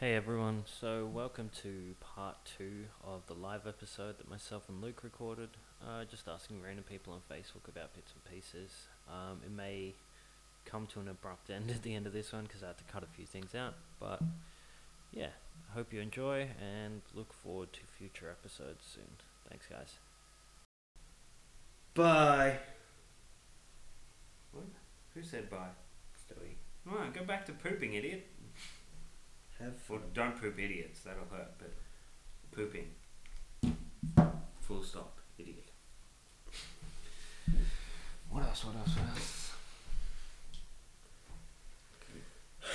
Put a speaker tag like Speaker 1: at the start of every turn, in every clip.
Speaker 1: Hey everyone, so welcome to part two of the live episode that myself and Luke recorded. Uh, just asking random people on Facebook about bits and pieces. Um, it may come to an abrupt end at the end of this one because I had to cut a few things out, but yeah, I hope you enjoy and look forward to future episodes soon. Thanks, guys. Bye. What? Who said bye?
Speaker 2: Stewie.
Speaker 1: Come on, go back to pooping, idiot.
Speaker 2: Have
Speaker 1: Well,
Speaker 2: fun.
Speaker 1: don't poop idiots, that'll hurt, but pooping. Full stop, idiot. What else, what else,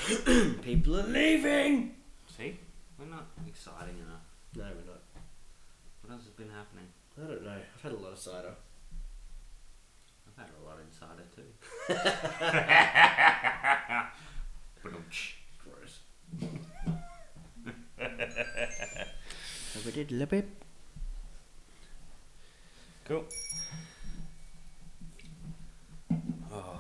Speaker 1: what else?
Speaker 2: People are leaving!
Speaker 1: See? We're not exciting enough.
Speaker 2: No, we're not.
Speaker 1: What else has been happening?
Speaker 2: I don't know. I've had a lot of cider.
Speaker 1: I've had a lot insider too.
Speaker 2: Gross. so we did a little bit.
Speaker 1: cool. Oh.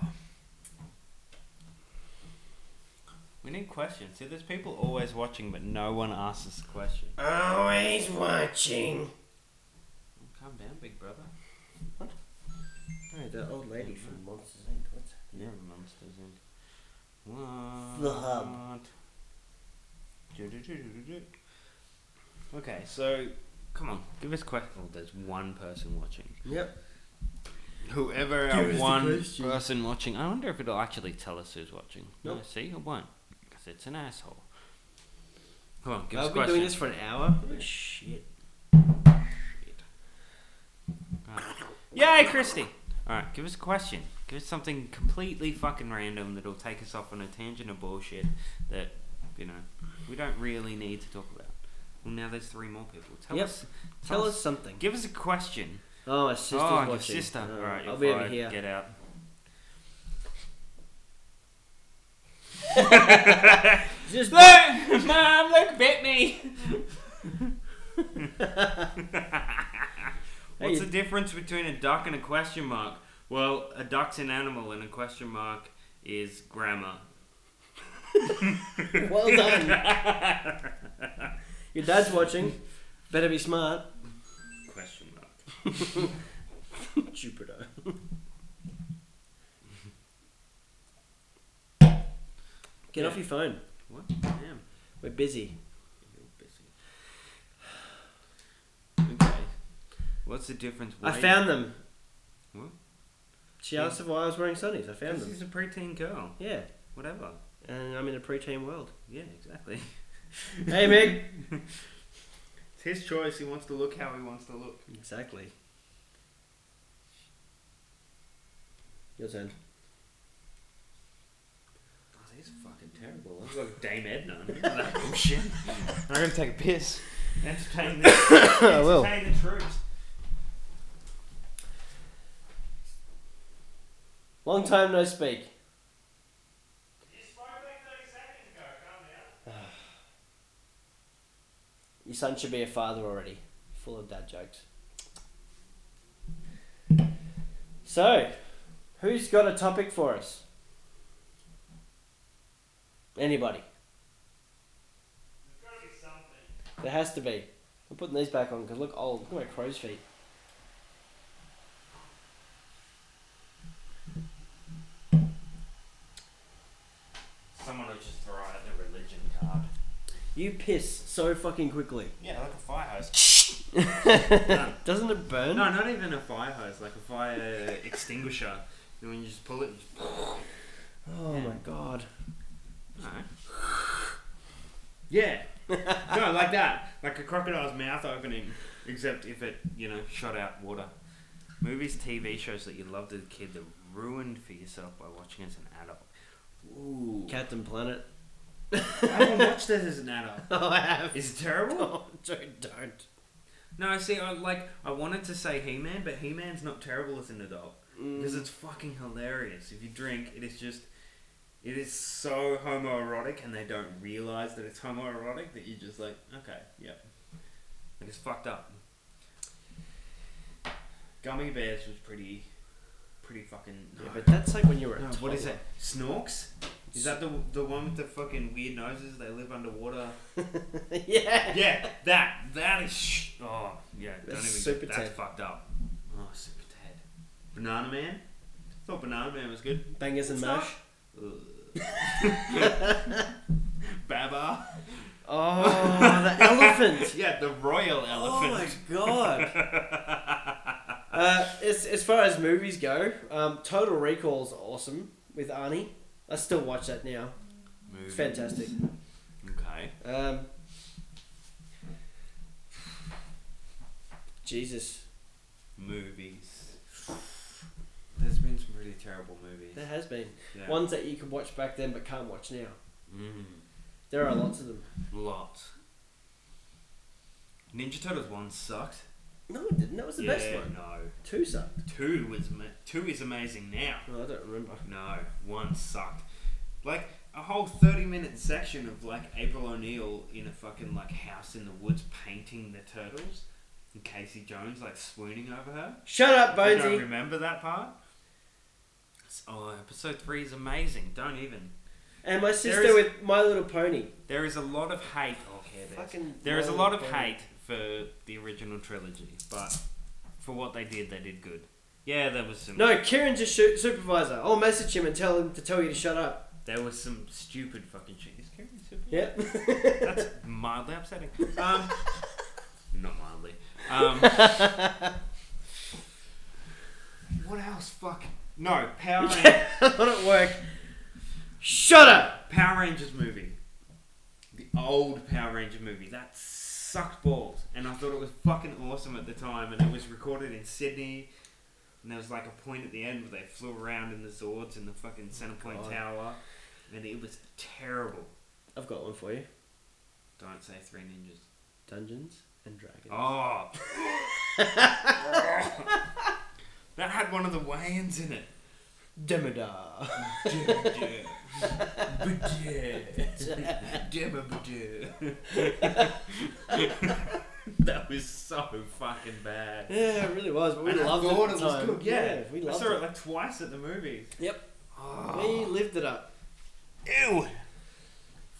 Speaker 1: We need questions. See, there's people always watching, but no one asks us a question.
Speaker 2: Always watching.
Speaker 1: Calm down, big brother.
Speaker 2: Hey, the old lady from Monsters Inc. What's her
Speaker 1: Yeah,
Speaker 2: name?
Speaker 1: monsters in. What?
Speaker 2: The hub.
Speaker 1: Du-du-du-du-du-du. Okay, so come on, give us questions. Oh, there's one person watching.
Speaker 2: Yep.
Speaker 1: Whoever
Speaker 2: Give us
Speaker 1: our
Speaker 2: the
Speaker 1: one
Speaker 2: question.
Speaker 1: person watching, I wonder if it'll actually tell us who's watching. No,
Speaker 2: Nope.
Speaker 1: see, it won't, because it's an asshole. Come on, give us
Speaker 2: I've been
Speaker 1: questions.
Speaker 2: doing this for an hour. Shit.
Speaker 1: Yay, Christy! Alright, give us a question. Give us something completely fucking random that'll take us off on a tangent of bullshit that, you know, we don't really need to talk about. Well, now there's three more people. Tell
Speaker 2: Yep.
Speaker 1: us.
Speaker 2: Tell us something.
Speaker 1: Give us a question.
Speaker 2: Oh, my sister's
Speaker 1: oh, your
Speaker 2: watching.
Speaker 1: sister.
Speaker 2: Oh,
Speaker 1: Alright,
Speaker 2: I'll
Speaker 1: you're
Speaker 2: be over
Speaker 1: fired.
Speaker 2: here.
Speaker 1: Get out.
Speaker 2: Just
Speaker 1: Look! Mom, look, bit me! What's
Speaker 2: you-
Speaker 1: the difference between a duck and a question mark? Well, a duck's an animal and a question mark is grammar.
Speaker 2: well done. Your dad's watching. Better be smart.
Speaker 1: Question mark.
Speaker 2: Jupiter. Get
Speaker 1: Yeah.
Speaker 2: off your phone.
Speaker 1: What? Damn.
Speaker 2: We're busy.
Speaker 1: You're busy. Okay. What's the difference?
Speaker 2: I found them.
Speaker 1: What?
Speaker 2: She asked if why I was wearing sunnies. I found
Speaker 1: Because
Speaker 2: them.
Speaker 1: she's a preteen girl.
Speaker 2: Yeah,
Speaker 1: Whatever.
Speaker 2: and I'm in a preteen world.
Speaker 1: Yeah, exactly.
Speaker 2: Hey, Meg.
Speaker 1: It's his choice. He wants to look how he wants to look.
Speaker 2: Exactly. Your turn.
Speaker 1: Oh, these are fucking terrible. I've got Dame Edna. on here. Like, oh, shit. I'm gonna take a piss. Entertain the,
Speaker 2: I will.
Speaker 1: entertain the troops.
Speaker 2: Long time no speak. Your son should be a father already. Full of dad jokes. So, who's got a topic for us? Anybody? There has to be. I'm putting these back on because look old. Look at my crow's feet.
Speaker 1: Someone will just throw out the religion card.
Speaker 2: You piss so fucking quickly.
Speaker 1: Yeah, like a fire hose.
Speaker 2: Doesn't it burn?
Speaker 1: No, not even a fire hose, like a fire extinguisher. And when you just pull it, you just...
Speaker 2: Oh my god.
Speaker 1: No. Yeah. no, like that. Like a crocodile's mouth opening, except if it, you know, shot out water. Movies, TV shows that you loved as a kid that ruined for yourself by watching as an adult. Ooh.
Speaker 2: Captain Planet.
Speaker 1: I haven't watched this as an adult.
Speaker 2: Oh, I have.
Speaker 1: Is it terrible?
Speaker 2: Oh, don't, don't.
Speaker 1: No, see, I like I wanted to say He-Man, but He-Man's not terrible as an adult because it's fucking hilarious. If you drink, it is just it is so homoerotic, and they don't realize that it's homoerotic that you just like okay, yep, like it's fucked up. Gummy Bears was pretty, pretty fucking.
Speaker 2: Yeah, but that's like when you were a
Speaker 1: no, what is
Speaker 2: toddler.
Speaker 1: it? Snorks? Is that the the one with the fucking weird noses? They live underwater.
Speaker 2: yeah.
Speaker 1: yeah, that that is. Sh- oh yeah,
Speaker 2: That's
Speaker 1: don't even.
Speaker 2: Super
Speaker 1: that's
Speaker 2: Ted.
Speaker 1: fucked up. Oh, super Ted. Banana Man. I thought Banana Man was good.
Speaker 2: Bangers and
Speaker 1: It's
Speaker 2: mash.
Speaker 1: Baba.
Speaker 2: Oh, the elephant.
Speaker 1: yeah, the royal elephant.
Speaker 2: Oh my god. uh, as, as far as movies go, um, Total Recall's awesome with Arnie. I still watch that now. It's
Speaker 1: Movie.
Speaker 2: fantastic.
Speaker 1: Okay.
Speaker 2: Um, Jesus,
Speaker 1: Movies. There's been some really terrible movies.
Speaker 2: there has been
Speaker 1: Yeah.
Speaker 2: ones that you could watch back then but can't watch now.
Speaker 1: Mm,
Speaker 2: There are lots of them.
Speaker 1: lot. Ninja Turtles one sucked.
Speaker 2: No, it didn't. That was the
Speaker 1: yeah,
Speaker 2: best one.
Speaker 1: No.
Speaker 2: Two sucked.
Speaker 1: Two was ma- two is amazing now.
Speaker 2: Oh, I don't remember.
Speaker 1: No, one sucked. Like a whole thirty-minute section of like April O'Neil in a fucking like house in the woods painting the turtles, and Casey Jones like swooning over her.
Speaker 2: Shut up,
Speaker 1: I don't
Speaker 2: Bonesy.
Speaker 1: remember that part. It's- Oh, episode three is amazing. Don't even.
Speaker 2: And my sister
Speaker 1: is-
Speaker 2: with My Little Pony.
Speaker 1: There is a lot of hate. Oh, Care Bears.
Speaker 2: Fucking
Speaker 1: There is a
Speaker 2: My
Speaker 1: lot of
Speaker 2: Little Pony.
Speaker 1: hate for the original trilogy, but for what they did, they did good. Yeah, there was some.
Speaker 2: No, Kieran's your su- supervisor. I'll message him and tell him to tell you to shut up.
Speaker 1: There was some stupid fucking shit. Is Karen stupid?
Speaker 2: Yep.
Speaker 1: That's mildly upsetting. Um, not mildly. Um, what else? Fuck. No, Power Rangers,
Speaker 2: Not at work. Shut up.
Speaker 1: Power Rangers movie. The old Power Ranger movie. That sucked balls. And I thought it was fucking awesome at the time. And it was recorded in Sydney. And there was like a point at the end where they flew around in the Zords in the fucking Centerpoint
Speaker 2: God.
Speaker 1: Tower. And it was terrible.
Speaker 2: I've got one for you.
Speaker 1: Don't say Three Ninjas.
Speaker 2: Dungeons and Dragons.
Speaker 1: Oh. that had one of the Wayans in it.
Speaker 2: Demodar.
Speaker 1: that was so fucking bad.
Speaker 2: Yeah, it really was, but we
Speaker 1: And I
Speaker 2: loved it.
Speaker 1: thought
Speaker 2: at
Speaker 1: it
Speaker 2: the
Speaker 1: was
Speaker 2: time.
Speaker 1: good, yeah.
Speaker 2: we
Speaker 1: I
Speaker 2: loved
Speaker 1: saw
Speaker 2: it.
Speaker 1: it like twice at the movies.
Speaker 2: Yep, we
Speaker 1: Oh,
Speaker 2: lived it up.
Speaker 1: ew.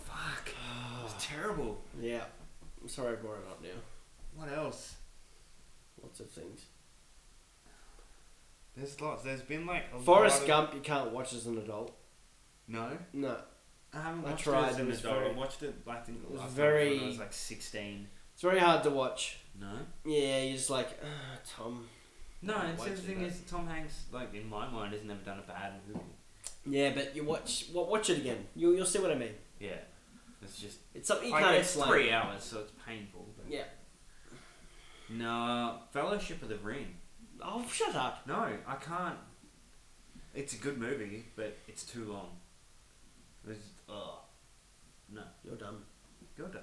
Speaker 1: Fuck. It was terrible.
Speaker 2: Yeah, I'm sorry I brought it up now.
Speaker 1: What else?
Speaker 2: Lots of things.
Speaker 1: There's lots. There's been like a lot
Speaker 2: Forrest
Speaker 1: of-
Speaker 2: Gump, you can't watch as an adult.
Speaker 1: No.
Speaker 2: No,
Speaker 1: I haven't
Speaker 2: I
Speaker 1: watched
Speaker 2: tried,
Speaker 1: it as
Speaker 2: it
Speaker 1: an
Speaker 2: was
Speaker 1: adult.
Speaker 2: very-
Speaker 1: I watched it, I think,
Speaker 2: it
Speaker 1: the
Speaker 2: was
Speaker 1: last time when
Speaker 2: very-
Speaker 1: I was like 16.
Speaker 2: it's very hard to watch.
Speaker 1: No?
Speaker 2: Yeah, you're just like "Ah, Tom.
Speaker 1: No,
Speaker 2: Why
Speaker 1: and see,
Speaker 2: do
Speaker 1: the thing
Speaker 2: that?
Speaker 1: is, Tom Hanks, like, in my mind, has never done a bad movie.
Speaker 2: Yeah, but you watch. Well, watch it again. You you'll see what I mean.
Speaker 1: Yeah. It's just.
Speaker 2: It's something you
Speaker 1: like,
Speaker 2: can't
Speaker 1: it's
Speaker 2: explain.
Speaker 1: three hours, so it's painful. But...
Speaker 2: Yeah.
Speaker 1: No, Fellowship of the Ring.
Speaker 2: Oh, shut up.
Speaker 1: No, I can't. It's a good movie, but it's too long. It's. Ugh. No.
Speaker 2: You're dumb.
Speaker 1: You're done.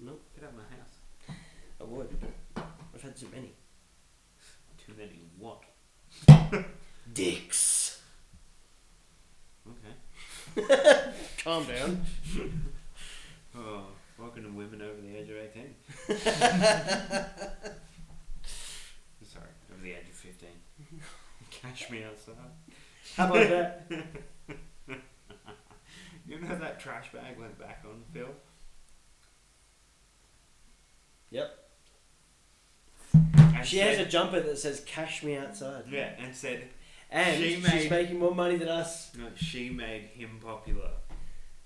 Speaker 2: Nope,
Speaker 1: Get out of my house.
Speaker 2: I would. I've had too many.
Speaker 1: Too many what?
Speaker 2: Dicks.
Speaker 1: Okay.
Speaker 2: Calm down.
Speaker 1: Oh, welcome to women over the age of 18. Sorry, over the age of 15. Cash me outside.
Speaker 2: How about that?
Speaker 1: You know that trash bag went back on Phil?
Speaker 2: Yep.
Speaker 1: And
Speaker 2: She has
Speaker 1: said,
Speaker 2: a jumper that says "Cash me outside,"
Speaker 1: Yeah, and said,
Speaker 2: and
Speaker 1: She
Speaker 2: she's
Speaker 1: made-
Speaker 2: making more money than us.
Speaker 1: no, she made him popular.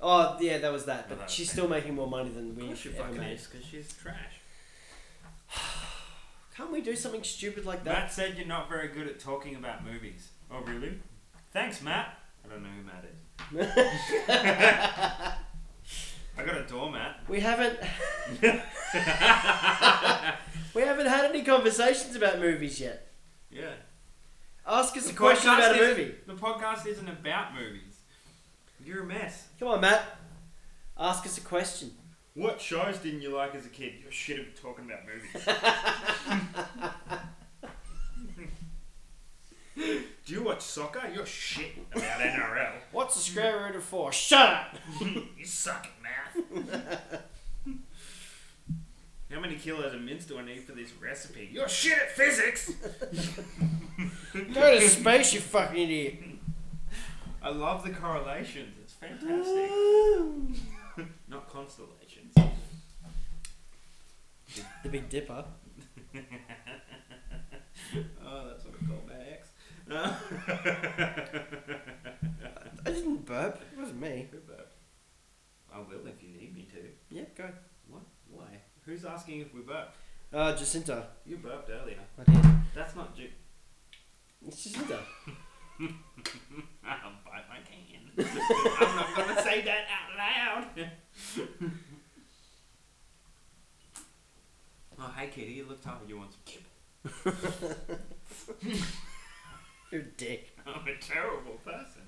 Speaker 2: Oh yeah, that was that. But
Speaker 1: Well, that-
Speaker 2: she's still making more money than
Speaker 1: Of
Speaker 2: we
Speaker 1: course she
Speaker 2: ever
Speaker 1: fucking
Speaker 2: made.
Speaker 1: is, because she's trash.
Speaker 2: Can't we do something stupid like that?
Speaker 1: Matt said you're not very good at talking about movies. Oh, really? Thanks, Matt. I don't know who Matt is. I got a doormat.
Speaker 2: We haven't. we haven't had any conversations about movies yet.
Speaker 1: Yeah.
Speaker 2: Ask us a question about a
Speaker 1: isn't-
Speaker 2: movie.
Speaker 1: The podcast isn't about movies. You're a mess.
Speaker 2: Come on, Matt. Ask us a question.
Speaker 1: What shows didn't you like as a kid? You're shit at talking about movies. Do you watch soccer? You're shit about NRL.
Speaker 2: What's the square root of four? Shut up.
Speaker 1: you suck at math. How many kilos of mince do I need for this recipe? You're shit at physics.
Speaker 2: Go to space, you fucking idiot.
Speaker 1: I love the correlations. It's fantastic. Not constellations.
Speaker 2: the Big Dipper.
Speaker 1: oh, that's what I call my ex. Uh,
Speaker 2: I didn't burp. It wasn't me.
Speaker 1: Who burped? I will if you need me to.
Speaker 2: Yeah, go.
Speaker 1: What? Why? Who's asking if we burped?
Speaker 2: Uh, Jacinta.
Speaker 1: You burped earlier.
Speaker 2: I did.
Speaker 1: That's not ju-
Speaker 2: It's Jacinta.
Speaker 1: I'll bite my can. I'm not gonna say that out loud. oh, hey kitty, you look tough. You want some kibble?
Speaker 2: You're a dick.
Speaker 1: I'm a terrible person.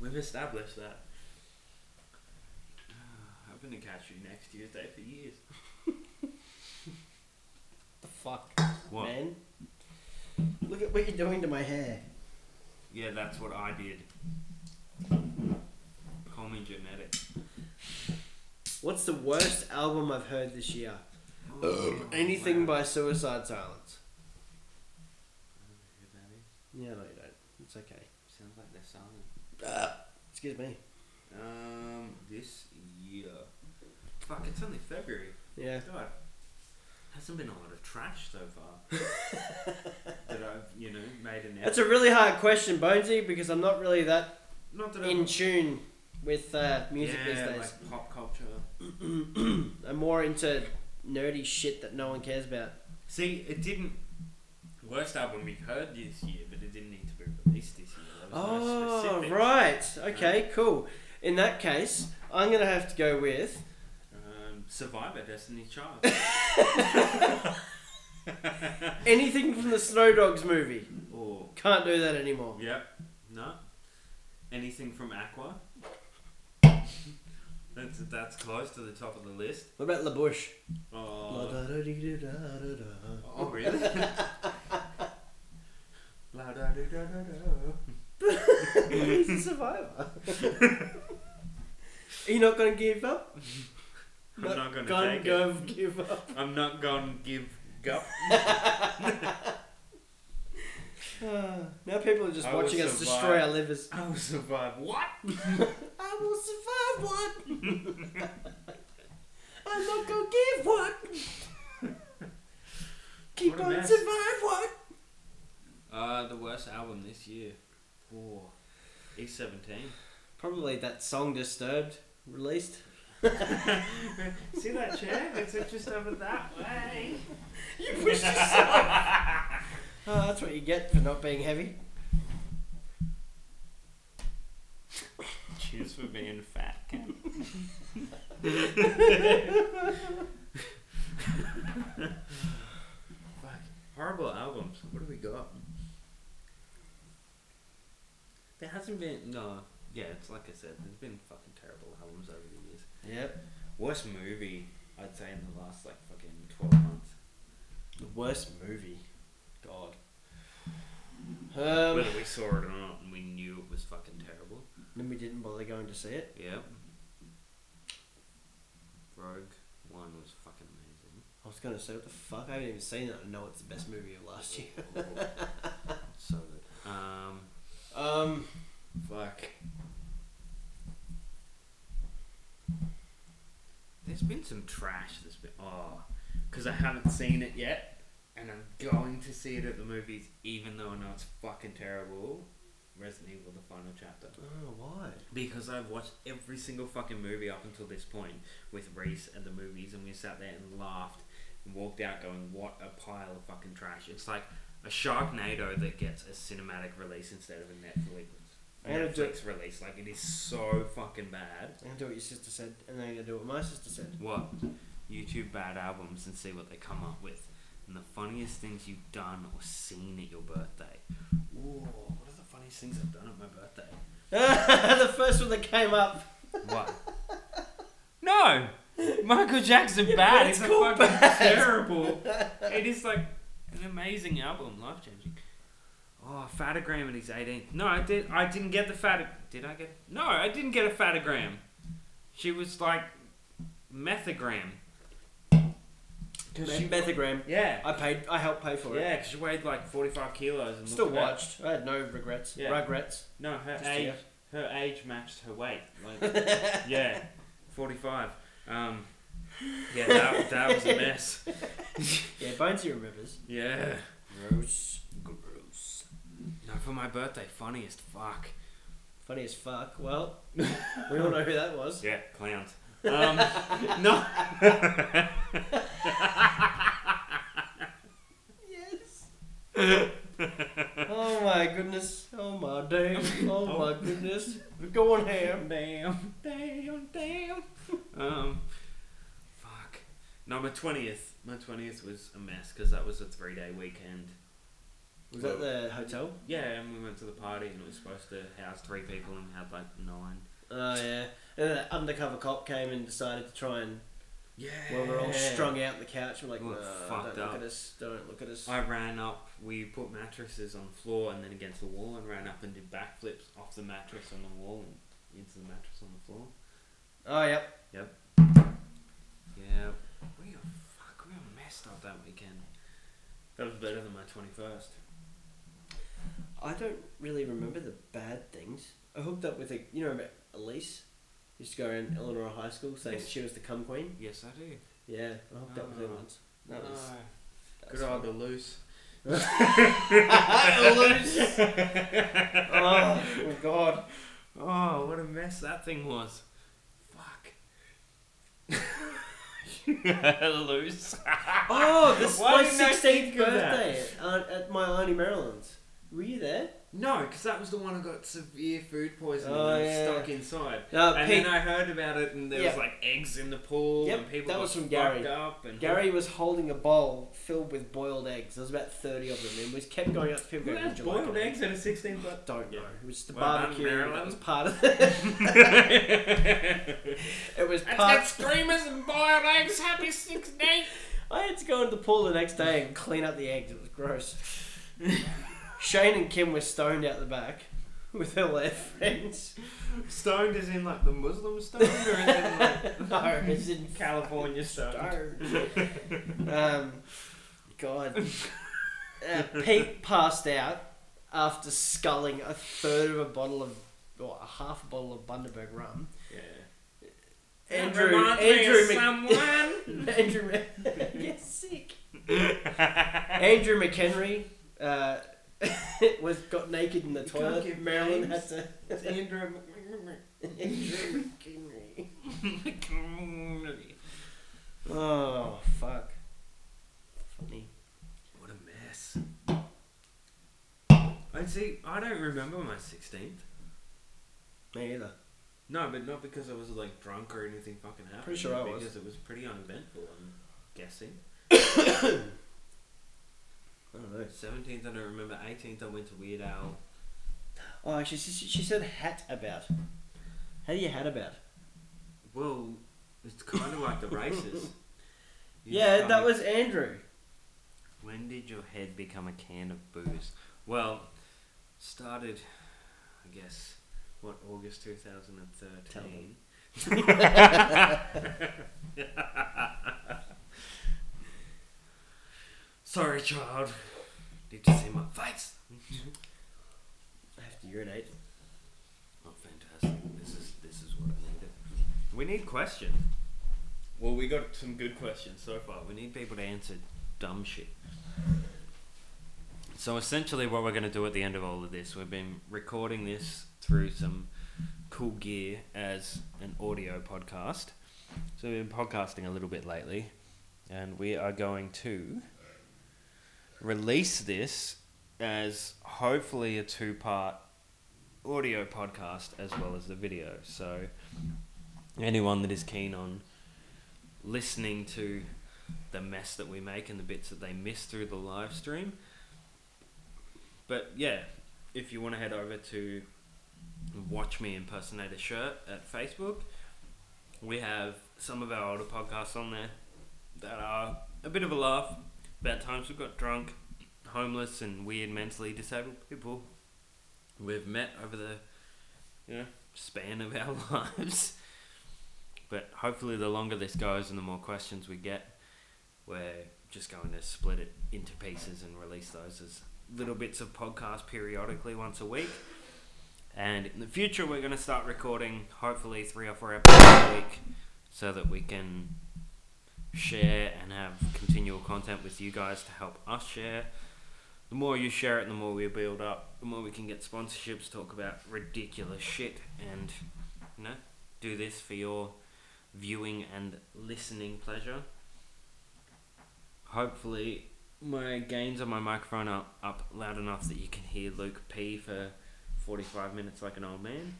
Speaker 1: We've established that. I've been to catch you next Tuesday for years.
Speaker 2: The fuck, man. Look at what you're doing to my hair.
Speaker 1: Yeah, that's what I did. Call me genetic.
Speaker 2: What's the worst album I've heard this year?
Speaker 1: Oh,
Speaker 2: Anything
Speaker 1: wow.
Speaker 2: by Suicide Silence.
Speaker 1: I don't know who that is.
Speaker 2: Yeah, no, you don't. It's okay.
Speaker 1: Sounds like they're silent. Ah.
Speaker 2: Excuse me.
Speaker 1: Um, this year. Fuck, it's only February.
Speaker 2: Yeah.
Speaker 1: God, hasn't been a lot of trash so far that I've, you know, made an
Speaker 2: That's
Speaker 1: effort.
Speaker 2: a really hard question, Bonesy, because I'm not really that
Speaker 1: Not that
Speaker 2: in
Speaker 1: I'm
Speaker 2: tune with uh, music
Speaker 1: yeah,
Speaker 2: these days.
Speaker 1: like pop culture.
Speaker 2: Mm-hmm. I'm more into nerdy shit that no one cares about.
Speaker 1: See, it didn't. Worst album we heard this year, but it didn't need to be released this year. That was no
Speaker 2: Oh,
Speaker 1: specific.
Speaker 2: right. Okay, cool. In that case, I'm going to have to go with
Speaker 1: Um, Survivor, Destiny's Child.
Speaker 2: anything from the Snow Dogs movie.
Speaker 1: or
Speaker 2: Can't do that anymore.
Speaker 1: Yep. No. Anything from Aqua? That's that's close to the top of the list.
Speaker 2: What about LaBouche?
Speaker 1: Oh,
Speaker 2: La-da-da-dee-da-da-da-da.
Speaker 1: oh really? La da da da da da.
Speaker 2: He's a survivor. Are you not going to give up?
Speaker 1: I'm not gonna
Speaker 2: gonna
Speaker 1: take
Speaker 2: go give up.
Speaker 1: it. I'm not gonna give up.
Speaker 2: Ah, now people are just
Speaker 1: I will
Speaker 2: watching us
Speaker 1: survive.
Speaker 2: destroy our livers.
Speaker 1: I will survive. What?
Speaker 2: I will survive one. I'm not gonna give one. Keep
Speaker 1: What a
Speaker 2: on
Speaker 1: mess.
Speaker 2: survive one.
Speaker 1: Uh, the worst album this year. War. E seventeen.
Speaker 2: Probably that song Disturbed released.
Speaker 1: See that chair? It's just over that way.
Speaker 2: You pushed yourself. oh, that's what you get for not being heavy.
Speaker 1: Cheers for being fat, Ken. Fuck. Horrible albums. What do we got? There hasn't been no. Yeah, it's like I said. There's been fucking terrible albums over the years.
Speaker 2: Yep.
Speaker 1: Worst movie I'd say in the last like fucking twelve months.
Speaker 2: The worst movie. Um, God. Um,
Speaker 1: Whether we saw it or not, and we knew it was fucking terrible.
Speaker 2: then we didn't bother going to see it.
Speaker 1: Yep. Rogue One was fucking amazing.
Speaker 2: I was gonna say what the fuck? I haven't even seen it. I know it's the best movie of last year.
Speaker 1: so good. Um,
Speaker 2: Um,
Speaker 1: fuck. There's been some trash that's been. Oh, because I haven't seen it yet, and I'm going to see it at the movies, even though I know it's fucking terrible. Resident Evil, the final chapter.
Speaker 2: oh, why?
Speaker 1: Because I've watched every single fucking movie up until this point with Reese at the movies, and we sat there and laughed and walked out going, "What a pile of fucking trash!" It's like a Sharknado that gets a cinematic release instead of a Netflix
Speaker 2: I had a di-
Speaker 1: Netflix release. Like it is so fucking bad.
Speaker 2: I'm gonna do what your sister said, and then I'm gonna do what my sister said.
Speaker 1: What YouTube bad albums and see what they come up with, and the funniest things you've done or seen at your birthday. Ooh, what are the funniest things I've done at my birthday?
Speaker 2: the first one that came up.
Speaker 1: What? no! Michael Jackson Bad
Speaker 2: it's
Speaker 1: is a
Speaker 2: called
Speaker 1: fucking terrible. It is like an amazing album, life changing. Oh, Fatagram at his 18th. No, I did. I didn't get the fat. Did I get? No, I didn't get a Fatagram. She was like methagram.
Speaker 2: Met- Methagram.
Speaker 1: Yeah.
Speaker 2: I paid. I helped pay for
Speaker 1: Yeah,
Speaker 2: it.
Speaker 1: because she weighed like 45 kilos and
Speaker 2: Still
Speaker 1: looked about-
Speaker 2: watched. I had no regrets.
Speaker 1: Yeah.
Speaker 2: Regrets.
Speaker 1: No, her
Speaker 2: Just
Speaker 1: age,
Speaker 2: here.
Speaker 3: her age matched her weight. Like, yeah, forty-five. Um, yeah, that, that was a mess.
Speaker 2: Yeah, Bonesy remembers.
Speaker 3: Yeah.
Speaker 2: Gross.
Speaker 3: Gross. No, for my birthday, funniest fuck.
Speaker 2: Funny as fuck. Well, we all know who that was.
Speaker 3: Yeah, clowns. Um, no.
Speaker 2: Yes. oh my goodness. Oh my damn. Oh my goodness. We're going ham.
Speaker 3: Damn, damn, damn. Um, fuck. No, my twentieth. My twentieth was a mess because that was a three-day weekend.
Speaker 2: Was that the hotel?
Speaker 3: Yeah, and we went to the party and it was supposed to house three people and had like nine.
Speaker 2: Oh yeah. And then that undercover cop came and decided to try and
Speaker 3: Yeah.
Speaker 2: Well, we're all strung out on the couch. We're like,
Speaker 3: We're
Speaker 2: "Nah,
Speaker 3: fucked
Speaker 2: don't look
Speaker 3: up.
Speaker 2: at us. Don't look at us.
Speaker 3: I ran up. We put mattresses on the floor and then against the wall, and ran up and did backflips off the mattress on the wall and into the mattress on the floor.
Speaker 2: Oh, yep.
Speaker 3: Yeah, we are fuck. We are messed up that weekend. That was better than my twenty first.
Speaker 2: I don't really remember the bad things. I hooked up with a, you know, Elise. Used to go around Eleanor High School saying
Speaker 3: Mm-hmm. Yes.
Speaker 2: she was the cum queen.
Speaker 3: Yes, I do.
Speaker 2: Yeah, I hooked up with her
Speaker 3: Oh.
Speaker 2: once. That was, that was
Speaker 3: Good old
Speaker 2: fun.
Speaker 3: Duluth.
Speaker 2: Elise. Oh, oh, God.
Speaker 3: Oh, what a mess that thing was. Fuck. Duluth.
Speaker 2: Oh, this is my
Speaker 3: Why didn't I
Speaker 2: 16th
Speaker 3: think of that?
Speaker 2: birthday at, Aunt- at my auntie Marilyn's. Were you there?
Speaker 3: No, because that was the one I got severe food poisoning
Speaker 2: Oh,
Speaker 3: and
Speaker 2: yeah.
Speaker 3: stuck inside.
Speaker 2: No,
Speaker 3: And
Speaker 2: Pete.
Speaker 3: then I heard about it, and there
Speaker 2: Yeah.
Speaker 3: was like eggs in the pool,
Speaker 2: Yep,
Speaker 3: and people
Speaker 2: that
Speaker 3: got
Speaker 2: was from
Speaker 3: fucked
Speaker 2: Gary.
Speaker 3: up. And
Speaker 2: Gary was holding a bowl filled with boiled eggs. There was about thirty of them, and we kept going up to people.
Speaker 3: Who
Speaker 2: going, "Would
Speaker 3: has
Speaker 2: you like
Speaker 3: boiled
Speaker 2: them?"
Speaker 3: eggs at a 16
Speaker 2: I don't know.
Speaker 3: Yeah.
Speaker 2: It was just the
Speaker 3: Well done,
Speaker 2: barbecue. that
Speaker 3: Marilyn.
Speaker 2: was part of it.
Speaker 3: Let's
Speaker 2: It was
Speaker 3: get
Speaker 2: part.
Speaker 3: screamers and boiled eggs. Happy 16th.
Speaker 2: I had to go into the pool the next day and clean up the eggs. It was gross. Shane and Kim were stoned out the back with all their friends.
Speaker 3: Stoned is in like the Muslim stoned, or is it like
Speaker 2: No, it's in
Speaker 3: California stoned?
Speaker 2: stoned. Um, God. Uh, Pete passed out after sculling a third of a bottle of, or a half a bottle of Bundaberg rum.
Speaker 3: Yeah.
Speaker 2: Andrew,
Speaker 3: Reminds me of
Speaker 2: Andrew, Mc-
Speaker 3: someone.
Speaker 2: Andrew, Mc- you're sick. Andrew McHenry uh, was got naked in the
Speaker 3: You can't
Speaker 2: toilet.
Speaker 3: give
Speaker 2: Marilyn had
Speaker 3: names.
Speaker 2: to.
Speaker 3: It's Andrew
Speaker 2: Andrew McHenry.
Speaker 3: McCormick.
Speaker 2: Oh fuck. Funny.
Speaker 3: What a mess. I see. I don't remember my sixteenth.
Speaker 2: Me either.
Speaker 3: No, but not because I was like drunk or anything fucking happened.
Speaker 2: Pretty sure I was.
Speaker 3: Because it was pretty uneventful. I'm guessing.
Speaker 2: I don't know.
Speaker 3: Seventeenth, I don't remember. Eighteenth, I went to Weird Al.
Speaker 2: Oh, she she, she said hat about. How do you hat about?
Speaker 3: Well, it's kind of like the races. You
Speaker 2: yeah, that
Speaker 3: become-
Speaker 2: was Andrew.
Speaker 3: When did your head become a can of booze? Well, started, I guess, what August two thousand and
Speaker 2: Tell
Speaker 3: thirteen.
Speaker 2: them.
Speaker 3: Sorry, child. Did you see my face?
Speaker 2: I have to urinate.
Speaker 3: Oh, fantastic! This is this is what I needed. We need questions. Well, we got some good questions so far. We need people to answer dumb shit. So essentially, what we're going to do at the end of all of this, we've been recording this through some cool gear as an audio podcast. So we've been podcasting a little bit lately, and we are going to release this as hopefully a two-part audio podcast as well as the video. So anyone that is keen on listening to the mess that we make and the bits that they miss through the live stream. But yeah, if you want to head over to watch me impersonate a shirt at Facebook, we have some of our older podcasts on there that are a bit of a laugh about times we've got drunk, homeless, and weird mentally disabled people we've met over the you know span of our lives. But hopefully, the longer this goes and the more questions we get, we're just going to split it into pieces and release those as little bits of podcast periodically once a week. And in the future, we're going to start recording hopefully three or four episodes a week so that we can share and have continual content with you guys to help us share. The more you share it, the more we build up, the more we can get sponsorships, talk about ridiculous shit, and you know, do this for your viewing and listening pleasure. Hopefully, my gains on my microphone are up loud enough that you can hear Luke pee for 45 minutes like an old man.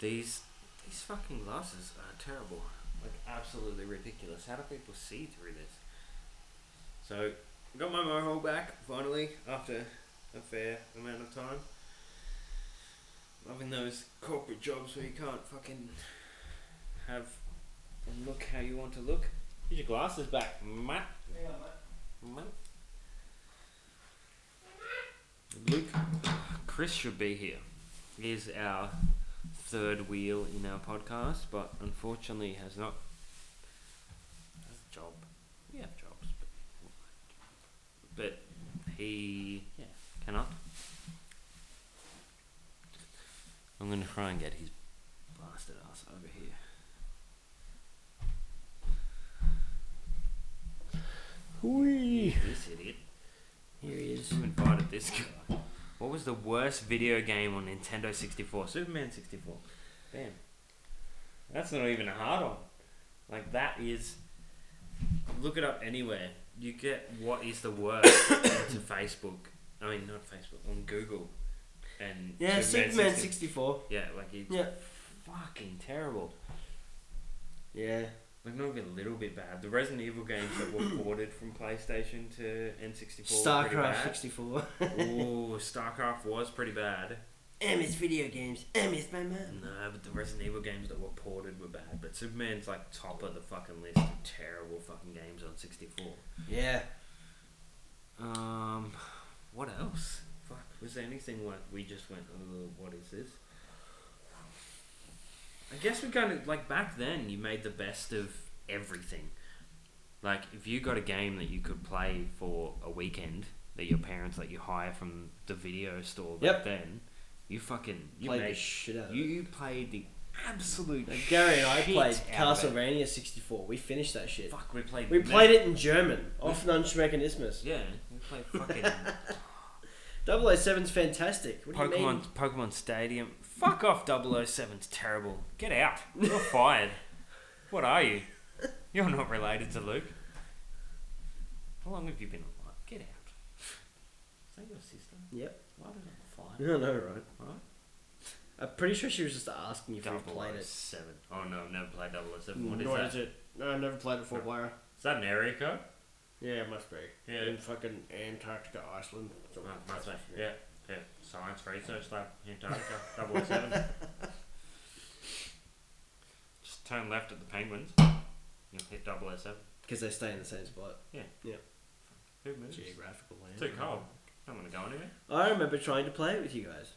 Speaker 3: These these fucking glasses are terrible. Like absolutely ridiculous. How do people see through this? So, I got my mohawk back finally after a fair amount of time. Loving those corporate jobs where you can't fucking have and look how you want to look. Get your glasses back, Matt. Matt. Luke, Chris should be here. He is our third wheel in our podcast, but unfortunately has not has a job. We have jobs, but but he yeah cannot. I'm gonna try and get his blasted ass over here.
Speaker 2: Whee.
Speaker 3: This idiot.
Speaker 2: Here he is.
Speaker 3: Who invited this guy? What was the worst video game on Nintendo 64? Superman 64. Bam. That's not even a hard one. Like, that is. Look it up anywhere. You get what is the worst to Facebook. I mean, not Facebook, on Google. And
Speaker 2: Yeah, Superman
Speaker 3: 60
Speaker 2: 64.
Speaker 3: Yeah, like, it's
Speaker 2: Yeah.
Speaker 3: fucking terrible.
Speaker 2: Yeah.
Speaker 3: Like, not even a little bit bad. The Resident Evil games that were ported from PlayStation to N64. were pretty
Speaker 2: StarCraft
Speaker 3: bad.
Speaker 2: 64.
Speaker 3: Ooh, StarCraft was pretty bad.
Speaker 2: M is video games. M is my man.
Speaker 3: No, but the Resident Evil games that were ported were bad. But Superman's like top of the fucking list of terrible fucking games on 64.
Speaker 2: Yeah.
Speaker 3: Um, what else? Fuck, was there anything like we just went, oh, what is this? I guess we kind of, like back then, you made the best of everything. Like, if you got a game that you could play for a weekend that your parents let you hire from the video store back
Speaker 2: Yep.
Speaker 3: then, you fucking, you
Speaker 2: Played the
Speaker 3: made
Speaker 2: shit out of
Speaker 3: you,
Speaker 2: it.
Speaker 3: you played the absolute.
Speaker 2: Like, Gary and I
Speaker 3: shit
Speaker 2: played
Speaker 3: out of it.
Speaker 2: Castlevania 64. We finished that shit.
Speaker 3: Fuck, we played.
Speaker 2: We
Speaker 3: Mech-
Speaker 2: played it in German, off Nunchmecken Isthmus.
Speaker 3: Yeah, we played fucking
Speaker 2: 007's fantastic. What do you mean?
Speaker 3: Pokemon. Pokemon Stadium. Fuck off, 007's terrible. Get out. You're fired. What are you? You're not related to Luke. How long have you been alive? Get out. Is that your sister?
Speaker 2: Yep.
Speaker 3: Why did I fire?
Speaker 2: No, no, right.
Speaker 3: Right?
Speaker 2: I'm pretty sure she was just asking if you played it.
Speaker 3: 007. Oh no, I've never played 007. What is
Speaker 2: Nor
Speaker 3: that?
Speaker 2: Mm, is it? No, I've never played a four player.
Speaker 3: Is that an area code?
Speaker 2: Yeah, it must be.
Speaker 3: Yeah.
Speaker 2: In fucking Antarctica, Iceland.
Speaker 3: Oh,
Speaker 2: something like
Speaker 3: must
Speaker 2: that.
Speaker 3: be. Yeah. Yeah. Science research lab, Antarctica, 007. Just turn left at the penguins. You'll hit 007.
Speaker 2: Because they stay in the same spot.
Speaker 3: Who moves?
Speaker 2: Geographical land.
Speaker 3: Too cold. Don't want to go anywhere.
Speaker 2: I remember trying to play it with you guys.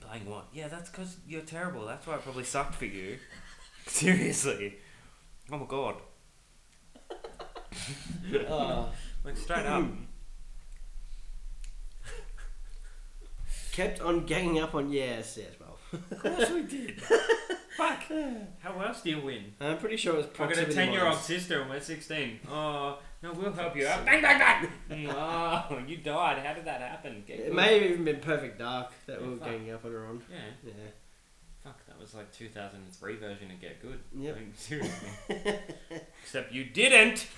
Speaker 3: Playing what? Yeah, that's because you're terrible. That's why it probably sucked for you. Seriously. Oh my god.
Speaker 2: Uh,
Speaker 3: Like straight up.
Speaker 2: kept on ganging up on yes, yes, well.
Speaker 3: of course we did. Fuck. How else do you win?
Speaker 2: I'm pretty sure it was
Speaker 3: I've got
Speaker 2: proximity.
Speaker 3: a 10 year old
Speaker 2: mines.
Speaker 3: sister and we're 16. Oh, no, we'll help you out. Bang, bang, bang! Mm, Oh, you died. How did that happen? Get
Speaker 2: It
Speaker 3: good.
Speaker 2: may have even been Perfect Dark that we
Speaker 3: Yeah,
Speaker 2: were
Speaker 3: fuck.
Speaker 2: ganging up on her on.
Speaker 3: Yeah,
Speaker 2: Yeah.
Speaker 3: fuck, that was like 2003 version of Get Good.
Speaker 2: Yep.
Speaker 3: I mean, seriously. Except you didn't!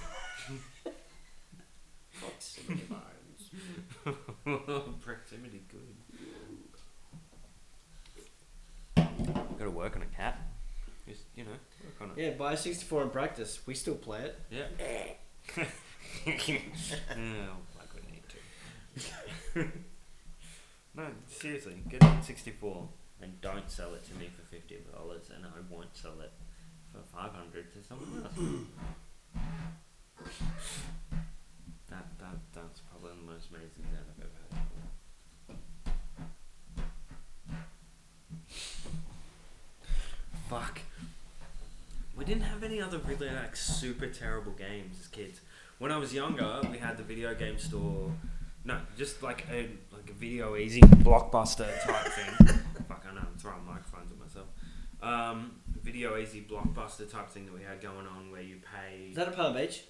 Speaker 2: Proximity mines.
Speaker 3: Proximity good. Got to work on a cat. Just, you know, work on it.
Speaker 2: Yeah, buy 64 in practice. We still play it.
Speaker 3: Yeah. oh, like we need to. no, seriously, get it 64 and don't sell it to me for $50 and I won't sell it for 500 to someone else. That, that, that's probably the most amazing sound I've ever heard. Fuck. We didn't have any other really like super terrible games as kids. When I was younger, we had the video game store No, just like a like a video easy blockbuster type thing. Fuck, I know I'm throwing microphones at myself. Um, video easy blockbuster type thing that we had going on where you pay.
Speaker 2: Is that at Palm Beach?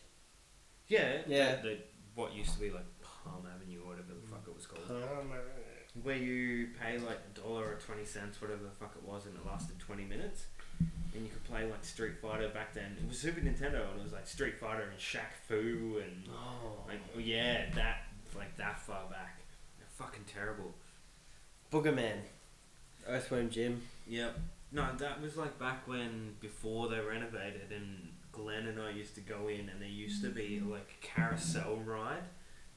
Speaker 3: yeah,
Speaker 2: Yeah.
Speaker 3: The, what used to be like Palm Avenue or whatever the fuck it was called, where you pay like a dollar or twenty cents, whatever the fuck it was, and it lasted twenty minutes. And you could play like Street Fighter back then. It was Super Nintendo, and it was like Street Fighter and Shaq Fu and
Speaker 2: Oh.
Speaker 3: like oh yeah, that like that far back. They're fucking terrible.
Speaker 2: Boogerman. Earthworm Jim.
Speaker 3: Yep. No, that was like back when before they renovated and Glenn and I used to go in and there used to be like a carousel ride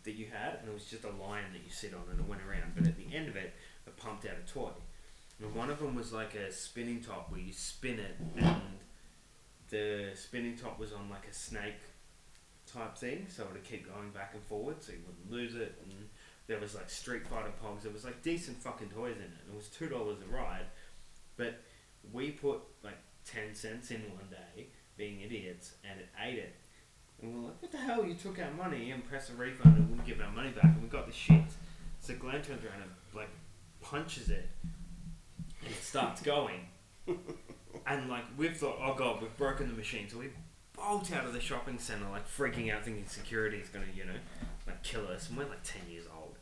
Speaker 3: that you had and it was just a lion that you sit on and it went around. But at the end of it it pumped out a toy. And one of them was like a spinning top where you spin it and the spinning top was on like a snake type thing, so it'd keep going back and forward so you wouldn't lose it and there was like Street Fighter Pogs, there was like decent fucking toys in it. It was two dollars a ride. But we put like 10 cents in one day, being idiots, and it ate it. And we're like, what the hell? You took our money and pressed a refund and wouldn't give our money back, and we got the shit. So Glenn turns around and like punches it, and it starts going. and like, we've thought, oh god, we've broken the machine. So we bolt out of the shopping center, like freaking out, thinking security is gonna, you know, like kill us. And we're like 10 years old.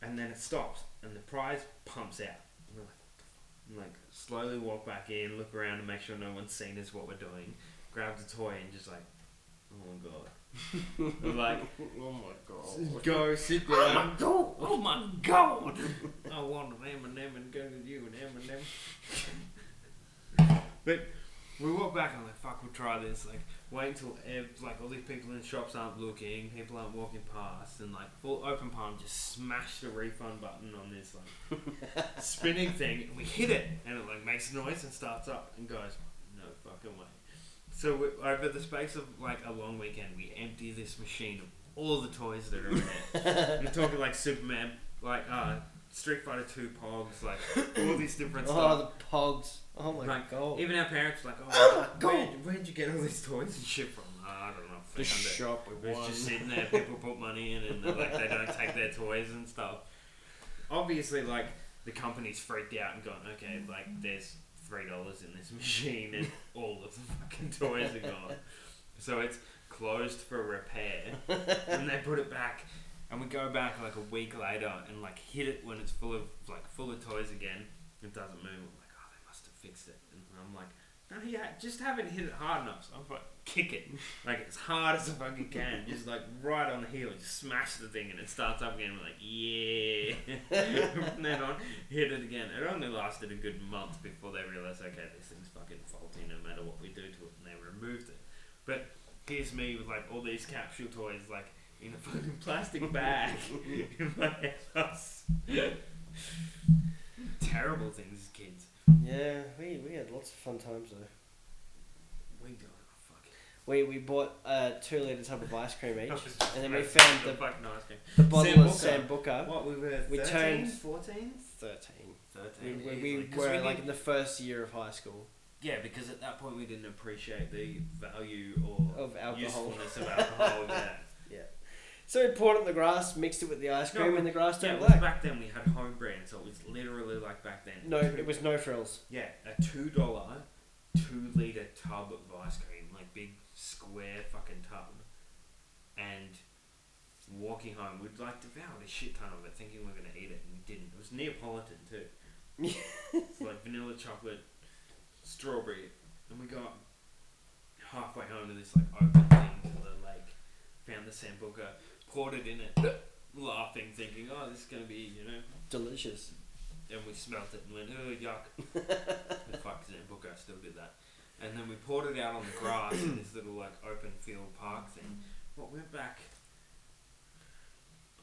Speaker 3: And then it stops, and the prize pumps out. And we're like, and, like slowly walk back in, look around and make sure no one's seen us what we're doing. Grab the toy and just like, oh my god, And, like
Speaker 2: Oh my
Speaker 3: go sit there. Oh my god! Oh my god! I want an M and M and go to you and M and M. But we walk back and I'm like, fuck, we'll try this. Like, wait until ev- like all these people in the shops aren't looking, people aren't walking past, and like full open palm, just smash the refund button on this like spinning thing, and we hit it, and it like makes noise and starts up and goes, no fucking way. So we, over the space of like a long weekend, we empty this machine of all the toys that are in it. We're talking like Superman, like uh, Street Fighter Two Pogs, like all these different stuff.
Speaker 2: Oh, the pogs. Oh my
Speaker 3: Like,
Speaker 2: god.
Speaker 3: Even our parents were like, oh,
Speaker 2: God.
Speaker 3: Where, where'd you get all these toys and shit from? "Oh, I don't know.
Speaker 2: the
Speaker 3: I found it."
Speaker 2: shop we
Speaker 3: It's
Speaker 2: won.
Speaker 3: just sitting there. People put money in, and they're like they don't take their toys and stuff. Obviously, like the company's freaked out and gone, okay, like there's three dollars in this machine, and all of the fucking toys are gone. So it's closed for repair, and they put it back. And we go back like a week later and like hit it when it's full of like full of toys again. It doesn't move. I'm like, oh, they must have fixed it. And I'm like, no, yeah, just haven't hit it hard enough. So I'm like, kick it like as hard as I fucking can, just like right on the heel, just smash the thing, and it starts up again. We're like, yeah. From then on, hit it again. It only lasted a good month before they realized, okay, this thing's fucking faulty, no matter what we do to it, and they removed it. But here's me with like all these capsule toys, like in a fucking plastic bag in my house. Terrible things, as kids.
Speaker 2: Yeah, we, we had lots of fun times though.
Speaker 3: We don't fuck.
Speaker 2: We, we bought a two litre tub of ice cream each.
Speaker 3: And
Speaker 2: then we found the-
Speaker 3: fucking ice cream.
Speaker 2: The bottle of
Speaker 3: Sambuca.
Speaker 2: Sambuca.
Speaker 3: What we were 13,
Speaker 2: We turned-
Speaker 3: 14?
Speaker 2: 13.
Speaker 3: 13.
Speaker 2: We,
Speaker 3: easily,
Speaker 2: we,
Speaker 3: 'cause
Speaker 2: we were
Speaker 3: we
Speaker 2: like
Speaker 3: didn't-
Speaker 2: in the first year of high school.
Speaker 3: yeah, because at that point we didn't appreciate the value or
Speaker 2: Of alcohol.
Speaker 3: usefulness of alcohol. yeah,
Speaker 2: So we poured it in the grass, mixed it with the ice
Speaker 3: No,
Speaker 2: cream, and the grass
Speaker 3: yeah
Speaker 2: turned
Speaker 3: it was
Speaker 2: black.
Speaker 3: back then we had home brand, so it was literally like back then.
Speaker 2: No,
Speaker 3: Two-
Speaker 2: it was no frills.
Speaker 3: yeah, a two dollar, two liter tub of ice cream, like big square fucking tub, and walking home, we'd like devoured a shit ton of it, thinking we are gonna eat it, and we didn't. It was Neapolitan too. it's like vanilla chocolate, strawberry, and we got halfway home to this like open thing to the lake, found the sambuca, poured it in it, laughing, thinking, oh, this is gonna be, you know
Speaker 2: Delicious.
Speaker 3: and we smelt it and went, oh, yuck. the fuck, Zambuca, I still did that. And then we poured it out on the grass in this little, like, open field park thing. What went back.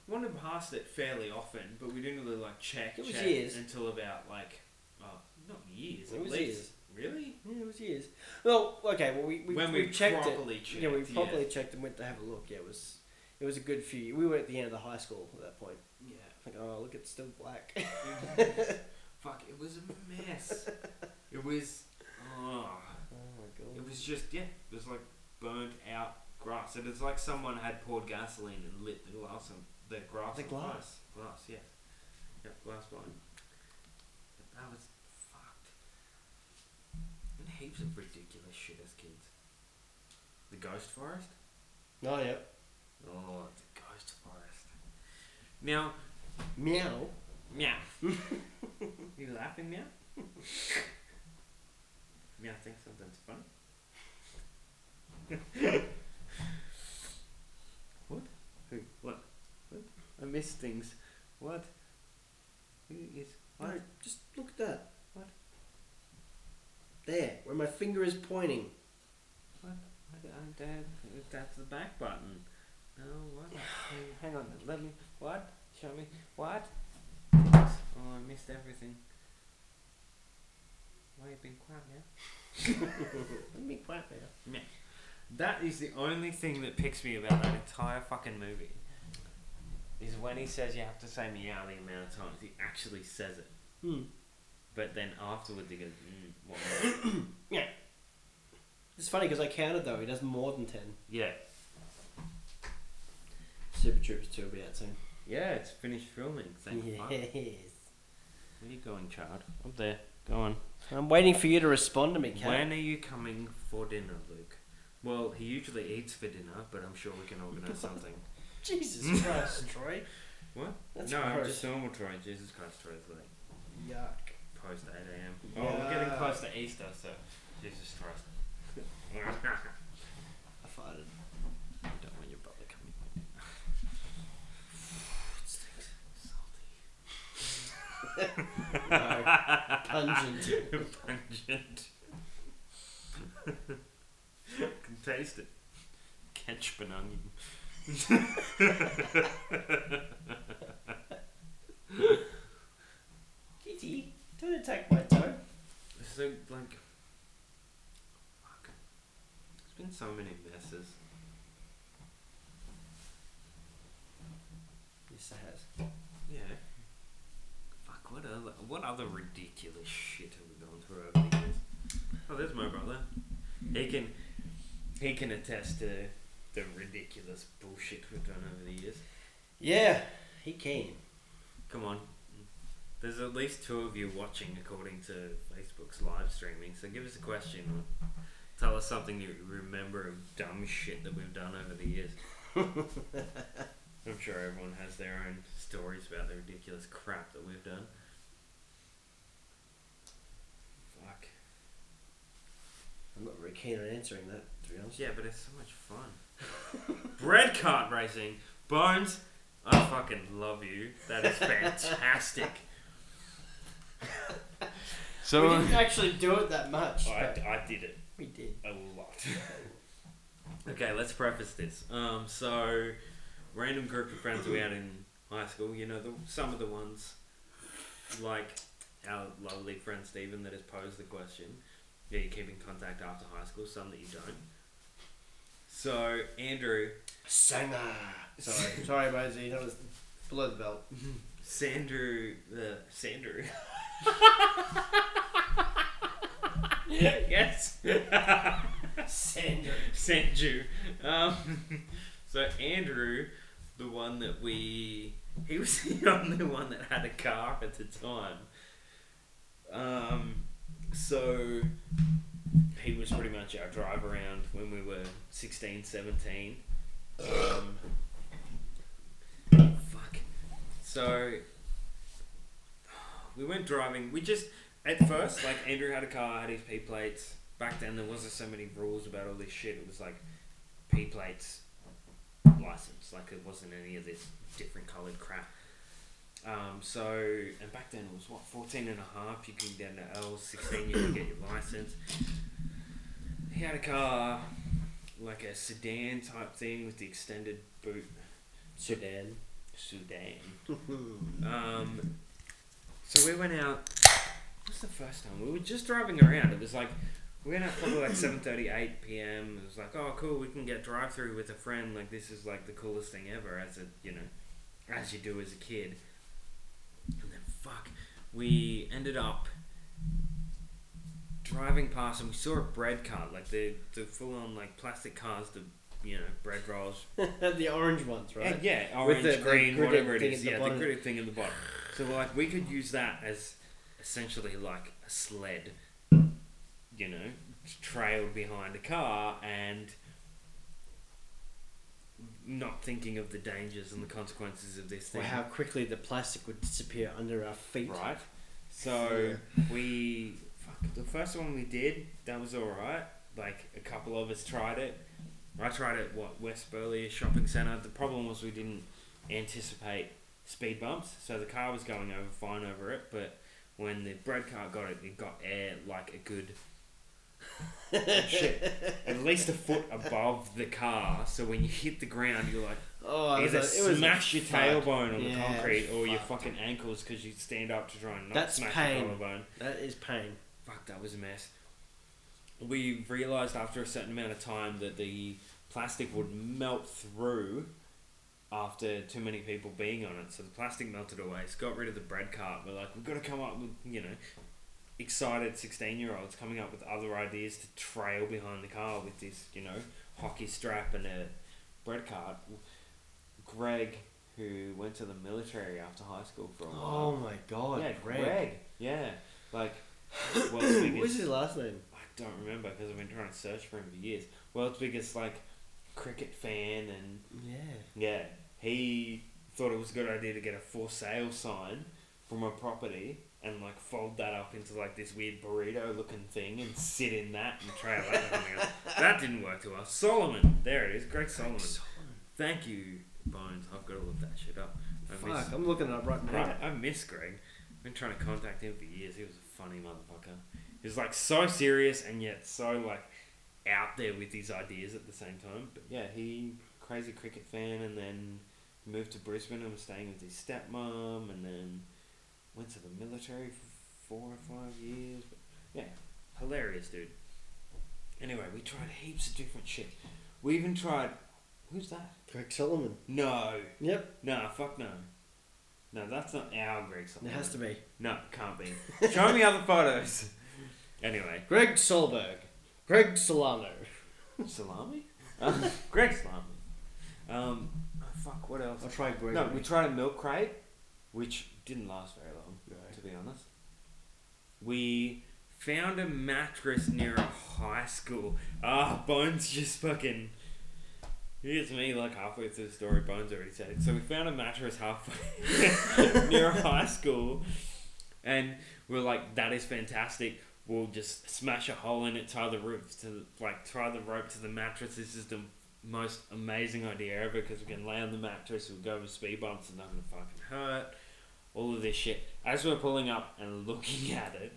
Speaker 3: Wandered past it fairly often, but we didn't really, like, check,
Speaker 2: It was
Speaker 3: check
Speaker 2: years.
Speaker 3: until about, like, oh, not years,
Speaker 2: It
Speaker 3: at
Speaker 2: was
Speaker 3: least.
Speaker 2: years.
Speaker 3: Really?
Speaker 2: Yeah, it was years. Well, okay. Well, we we,
Speaker 3: when
Speaker 2: we,
Speaker 3: we,
Speaker 2: checked it.
Speaker 3: properly checked.
Speaker 2: yeah, we properly checked and went to have a look. Yeah, it was it was a good few. We were at the end of the high school at that point.
Speaker 3: Yeah.
Speaker 2: Like, oh, look, it's still black.
Speaker 3: Fuck, it was a mess. it was. Oh.
Speaker 2: oh my
Speaker 3: It
Speaker 2: god.
Speaker 3: was just yeah, it was like burnt out grass. It was like someone had poured gasoline and lit the glass on the grass.
Speaker 2: The
Speaker 3: on
Speaker 2: glass.
Speaker 3: Glass, yeah. Yep, glass blind. But that was fucked. And heaps of ridiculous shit as kids. The ghost forest?
Speaker 2: Oh, yeah.
Speaker 3: Oh, the ghost forest. Now,
Speaker 2: Meow.
Speaker 3: meow. you laughing, meow? meow thinks something's funny. what? Who? What? What? I miss things. What? Who is? What?
Speaker 2: No, just look at that.
Speaker 3: What?
Speaker 2: There, where my finger is pointing.
Speaker 3: I don't- I don't- That's the back button. No, what? Hang- Hang on. Let me. What? Show me. What? Oh, I missed everything. Why you been quiet now? Let me quiet now. Yeah. That is the only thing that picks me about that entire fucking movie. Is when he says you have to say meow the amount of times he actually says it,
Speaker 2: Hmm.
Speaker 3: but then afterwards he goes, mm, what?
Speaker 2: It's funny because I counted though. He does more than ten.
Speaker 3: yeah,
Speaker 2: Super Troopers two will be out soon.
Speaker 3: yeah, it's finished filming. Thank fuck.
Speaker 2: Yes.
Speaker 3: Where are you going, child? Up there. Go on.
Speaker 2: I'm waiting for you to respond to me, Kat.
Speaker 3: When are you coming for dinner, Luke? Well, he usually eats for dinner, but I'm sure we can organise something.
Speaker 2: Jesus Christ, Troy.
Speaker 3: What?
Speaker 2: That's
Speaker 3: no, I'm
Speaker 2: gross.
Speaker 3: just normal Troy. Jesus Christ, Troy's like
Speaker 2: Yuck.
Speaker 3: post 8 a.m. Oh, we're getting
Speaker 2: Yeah.
Speaker 3: close to Easter, so Jesus Christ.
Speaker 2: I farted.
Speaker 1: You don't want your brother coming.
Speaker 2: No. Pungent.
Speaker 3: Pungent. can taste it. Ketchup and onion.
Speaker 2: Kitty, don't attack my toe.
Speaker 3: So like, fuck. There's been so many messes.
Speaker 2: Yes, it has.
Speaker 3: Yeah. Fuck. What other what other ridiculous shit have we gone through over the years? Oh, there's my brother. He can he can attest to the ridiculous bullshit we've done over the years.
Speaker 2: Yeah, he came.
Speaker 3: Come on. There's at least two of you watching according to Facebook's live streaming, so give us a question or tell us something you remember of dumb shit that we've done over the years. I'm sure everyone has their own stories about the ridiculous crap that we've done. Fuck.
Speaker 2: I'm not very keen on answering that, to be honest.
Speaker 3: Yeah, but it's so much fun. Bread cart racing. Bones, I fucking love you. That is fantastic.
Speaker 2: we
Speaker 1: So
Speaker 2: didn't actually do it that much.
Speaker 3: I,
Speaker 2: but
Speaker 3: I did it.
Speaker 2: we did.
Speaker 3: a lot. okay, let's preface this. Um, so, random group of friends we had in high school. You know, the, some of the ones like our lovely friend Stephen that has posed the question. Yeah, you keep in contact after high school. Some that you don't. So Andrew,
Speaker 2: Sanger. Sorry, sorry, Mosey. That was below the belt.
Speaker 3: Sandrew, uh, Sandrew. yes.
Speaker 2: Sanger.
Speaker 3: sent you. Um, so Andrew, the one that we, he was the only one that had a car at the time. Um, so he was pretty much our drive around when we were 16, 17. Um, fuck. So we went driving. We just at first like Andrew had a car, had his P plates. Back then there wasn't so many rules about all this shit. It was like P plates, license. Like it wasn't any of this different coloured crap. Um, so and back then it was what 14 and a half. You can get to L 16. You can get your license. He had a car, like a sedan type thing with the extended boot.
Speaker 2: Sudan.
Speaker 3: Sudan. Um, so we went out. What's the first time? We were just driving around. It was like we went out probably like seven thirty, eight p.m. It was like, oh, cool, we can get drive through with a friend. Like this is like the coolest thing ever. As a you know, as you do as a kid. And then fuck, we ended up driving past and we saw a bread cart, like the the full on like plastic cars, the you know, bread rolls.
Speaker 2: the orange ones, right?
Speaker 3: And yeah,
Speaker 2: With
Speaker 3: orange,
Speaker 2: the- the
Speaker 3: green,
Speaker 2: gridded
Speaker 3: whatever it
Speaker 2: thing
Speaker 3: is.
Speaker 2: at the
Speaker 3: Yeah, the
Speaker 2: bottom.
Speaker 3: gridded thing at the bottom. So like we could use that as essentially like a sled, you know, trailed behind a car and not thinking of the dangers and the consequences of this
Speaker 2: Or
Speaker 3: thing.
Speaker 2: how quickly the plastic would disappear under our feet.
Speaker 3: Right. So we fuck, the first one we did that was all right. Like a couple of us tried it. I tried it what West Burleigh shopping centre. The problem was we didn't anticipate speed bumps, so the car was going over fine over it. But when the bread cart got it, it got air like a good
Speaker 2: Oh,
Speaker 3: shit, at least a foot above the car. So when you hit the ground, you're like
Speaker 2: Oh, it was,
Speaker 3: either
Speaker 2: a, it was a
Speaker 3: smash your
Speaker 2: fuck.
Speaker 3: tailbone on
Speaker 2: Yeah,
Speaker 3: the concrete or your
Speaker 2: fucked.
Speaker 3: fucking ankles because you stand up to try and not
Speaker 2: That's
Speaker 3: smash
Speaker 2: pain.
Speaker 3: your collarbone.
Speaker 2: That is pain.
Speaker 3: Fuck, that was a mess. We realised after a certain amount of time that the plastic would melt through after too many people being on it. So the plastic melted away. It's got rid of the bread cart. We're like, we've got to come up with, you know, excited 16 year olds coming up with other ideas to trail behind the car with this, you know, hockey strap and a bread cart. Greg, who went to the military after high school for a while.
Speaker 2: Oh my god,
Speaker 3: yeah,
Speaker 2: Greg.
Speaker 3: Yeah, like world's
Speaker 2: what was
Speaker 3: biggest.
Speaker 2: his last name?
Speaker 3: I don't remember because I've been trying to search for him for years. World's biggest like cricket fan, and
Speaker 2: Yeah.
Speaker 3: yeah, he thought it was a good idea to get a for sale sign from a property and like fold that up into like this weird burrito looking thing and sit in that and trail that. around. that didn't work too well. Solomon, there it is, Greg Solomon. Thank you, Bones. I've got to look that shit up. I miss-
Speaker 2: Fuck, I'm looking it up right now.
Speaker 3: Right. I miss Greg. I've been trying to contact him for years. He was a funny motherfucker. He was like so serious and yet so like out there with his ideas at the same time. But yeah, he crazy cricket fan and then moved to Brisbane and was staying with his stepmom and then went to the military for four or five years. But yeah, hilarious dude. Anyway, we tried heaps of different shit. We even tried who's that?
Speaker 2: Greg Solomon.
Speaker 3: No.
Speaker 2: Yep,
Speaker 3: No, fuck no. No, that's not our Greg
Speaker 2: it
Speaker 3: Solomon.
Speaker 2: has to be.
Speaker 3: No, can't be. Show me other photos. Anyway,
Speaker 2: Greg Solberg. Greg Solano.
Speaker 3: salami? Um, Greg salami. Um, oh, fuck, what else?
Speaker 2: I'll try Greg.
Speaker 3: No, we tried a milk crate, which didn't last very long,
Speaker 2: No.
Speaker 3: to be honest. We found a mattress near a high school. Ah, Bones just fucking. Here's me, like halfway through the story, Bones already said it. So we found a mattress halfway near a high school, and we're like, that is fantastic. We'll just smash a hole in it, tie the roof to like tie the rope to the mattress. This is the most amazing idea ever because we can lay on the mattress, we'll go over speed bumps, and not gonna fucking hurt. All of this shit. As we're pulling up and looking at it,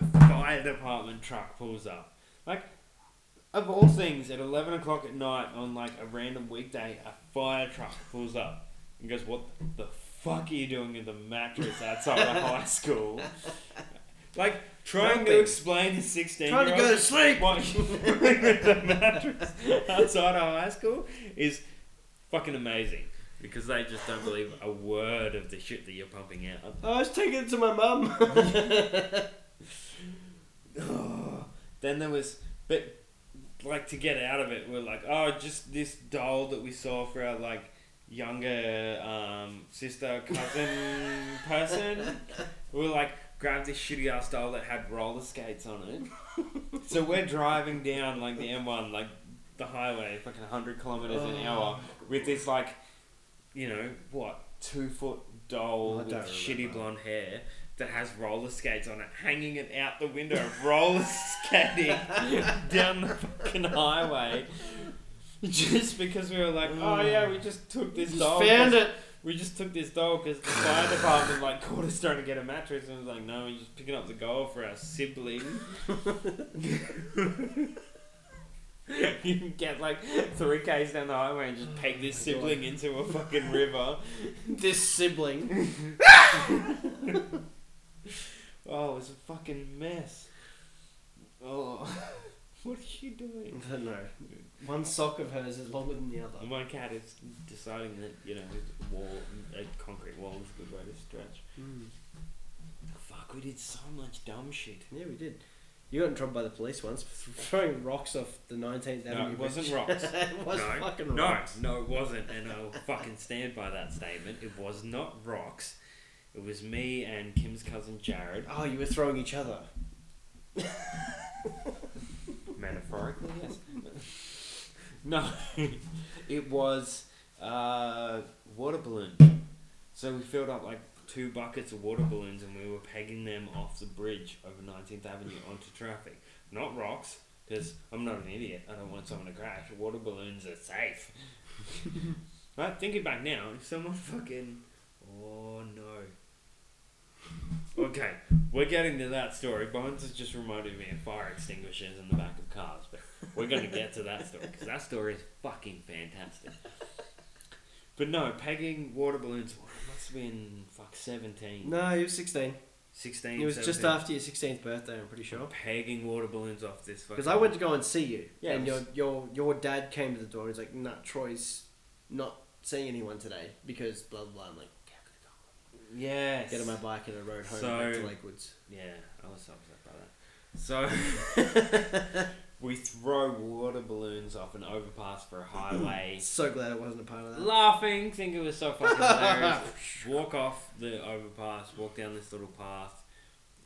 Speaker 3: a fire department truck pulls up. Like, of all things, at 11 o'clock at night on like a random weekday, a fire truck pulls up and goes, What the fuck are you doing with the mattress outside of high school? Like, trying to
Speaker 2: Nothing.
Speaker 3: explain to 16
Speaker 2: Trying to
Speaker 3: year
Speaker 2: go
Speaker 3: olds
Speaker 2: to sleep!
Speaker 3: watching the mattress outside our high school is fucking amazing because they just don't believe a word of the shit that you're pumping out.
Speaker 2: Oh, I was taking it to my mum.
Speaker 3: Then there was, but like to get out of it, we're like, oh, just this doll that we saw for our like younger um, sister cousin person. We're like, grab this shitty ass doll that had roller skates on it. so we're driving down like the M1, like the highway, fucking hundred kilometers an hour,
Speaker 2: Oh.
Speaker 3: with this like, you know what, two foot doll
Speaker 2: I
Speaker 3: with
Speaker 2: don't
Speaker 3: shitty
Speaker 2: remember.
Speaker 3: blonde hair that has roller skates on it, hanging it out the window, roller skating down the fucking highway. Just because we were like, oh yeah, we just took this
Speaker 2: Just
Speaker 3: doll.
Speaker 2: found
Speaker 3: 'cause-
Speaker 2: it.
Speaker 3: We just took this doll because the fire department like caught us trying to get a mattress and was like, no, we're just picking up the goal for our sibling. you can get like three k's down the highway and just peg this
Speaker 2: Oh my God.
Speaker 3: sibling into a fucking river.
Speaker 2: This sibling.
Speaker 3: Oh, it's a fucking mess. Oh, what are you doing?
Speaker 2: I don't know. One sock of hers is longer than the
Speaker 3: And
Speaker 2: other.
Speaker 3: My cat is deciding that you know a wall, a concrete wall is a good Hmm. way to stretch. Fuck, we did so much dumb shit.
Speaker 2: Yeah, we did. You got in trouble by the police once for throwing rocks off the 19th
Speaker 3: No,
Speaker 2: Avenue.
Speaker 3: it wasn't
Speaker 2: bridge.
Speaker 3: rocks.
Speaker 2: it was
Speaker 3: No,
Speaker 2: fucking
Speaker 3: No,
Speaker 2: rocks.
Speaker 3: no, it wasn't, and I'll fucking stand by that statement. It was not rocks. It was me and Kim's cousin Jared.
Speaker 2: Oh, you were throwing each other.
Speaker 3: Metaphorically, yes. no, it was uh, water balloon. So we filled up like two buckets of water balloons and we were pegging them off the bridge over 19th Avenue onto traffic. Not rocks, because I'm not an idiot. I don't want someone to crash. Water balloons are safe. right, thinking back now, if someone fucking. Oh no. Okay, we're getting to that story. Bones has just reminded me of fire extinguishers in the back of cars, but we're going to get to that story because that story is fucking fantastic. But no, pegging water balloons it must have been fuck 17,
Speaker 2: No, you were 16.
Speaker 3: 16.
Speaker 2: It was just
Speaker 3: 17.
Speaker 2: after your 16th birthday, I'm pretty sure.
Speaker 3: pegging water balloons off this fucking.
Speaker 2: Because I went to go and see you,
Speaker 3: Yeah,
Speaker 2: and
Speaker 3: it
Speaker 2: your
Speaker 3: was-
Speaker 2: your your dad came to the door. and He's like, "Nah, Troy's not seeing anyone today because blah blah." blah. I'm like, "Yeah, I'm gonna
Speaker 3: Yes.
Speaker 2: go." "Get on my bike and I rode home
Speaker 3: So-
Speaker 2: back to Lakewoods."
Speaker 3: Yeah, I was so upset by that. So we throw water balloons off an overpass for a highway.
Speaker 2: So glad I wasn't a part of that.
Speaker 3: laughing, think it was so fucking hilarious. walk off the overpass, walk down this little path,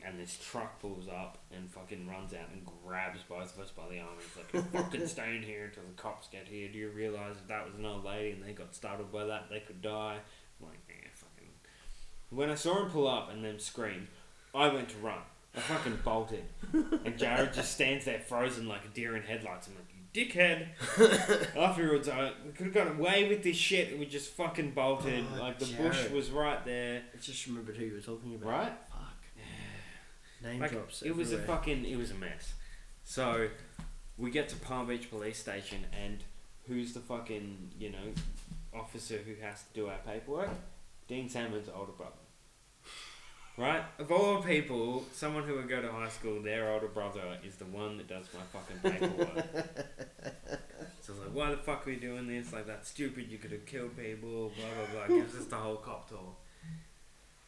Speaker 3: and this truck pulls up and fucking runs out and grabs both of us by the arm and is like, You're fucking staying here until the cops get here. Do you realise that that was an old lady and they got startled by that? They could die. I'm like, yeah, fucking. When I saw him pull up and then scream, I went to run. I fucking bolted. And Jared just stands there frozen like a deer in headlights. I'm like, you dickhead. Afterwards, I, we could have got away with this shit and we just fucking bolted.
Speaker 2: Oh,
Speaker 3: like, the bush
Speaker 2: Jared.
Speaker 3: was right there.
Speaker 2: I just remembered who you were talking about.
Speaker 3: Right?
Speaker 2: Fuck. Name
Speaker 3: Like,
Speaker 2: drops.
Speaker 3: it was a
Speaker 2: everywhere.
Speaker 3: fucking, it was a mess. So, we get to Palm Beach Police Station and who's the fucking, you know, officer who has to do our paperwork? Dean Salmon's older brother. Right? Of all people, someone who would go to high school, their older brother is the one that does my fucking paperwork. so it's like, why the fuck are we doing this? Like, that's stupid. You could have killed people, blah, blah, blah. Gives us the whole cop tour.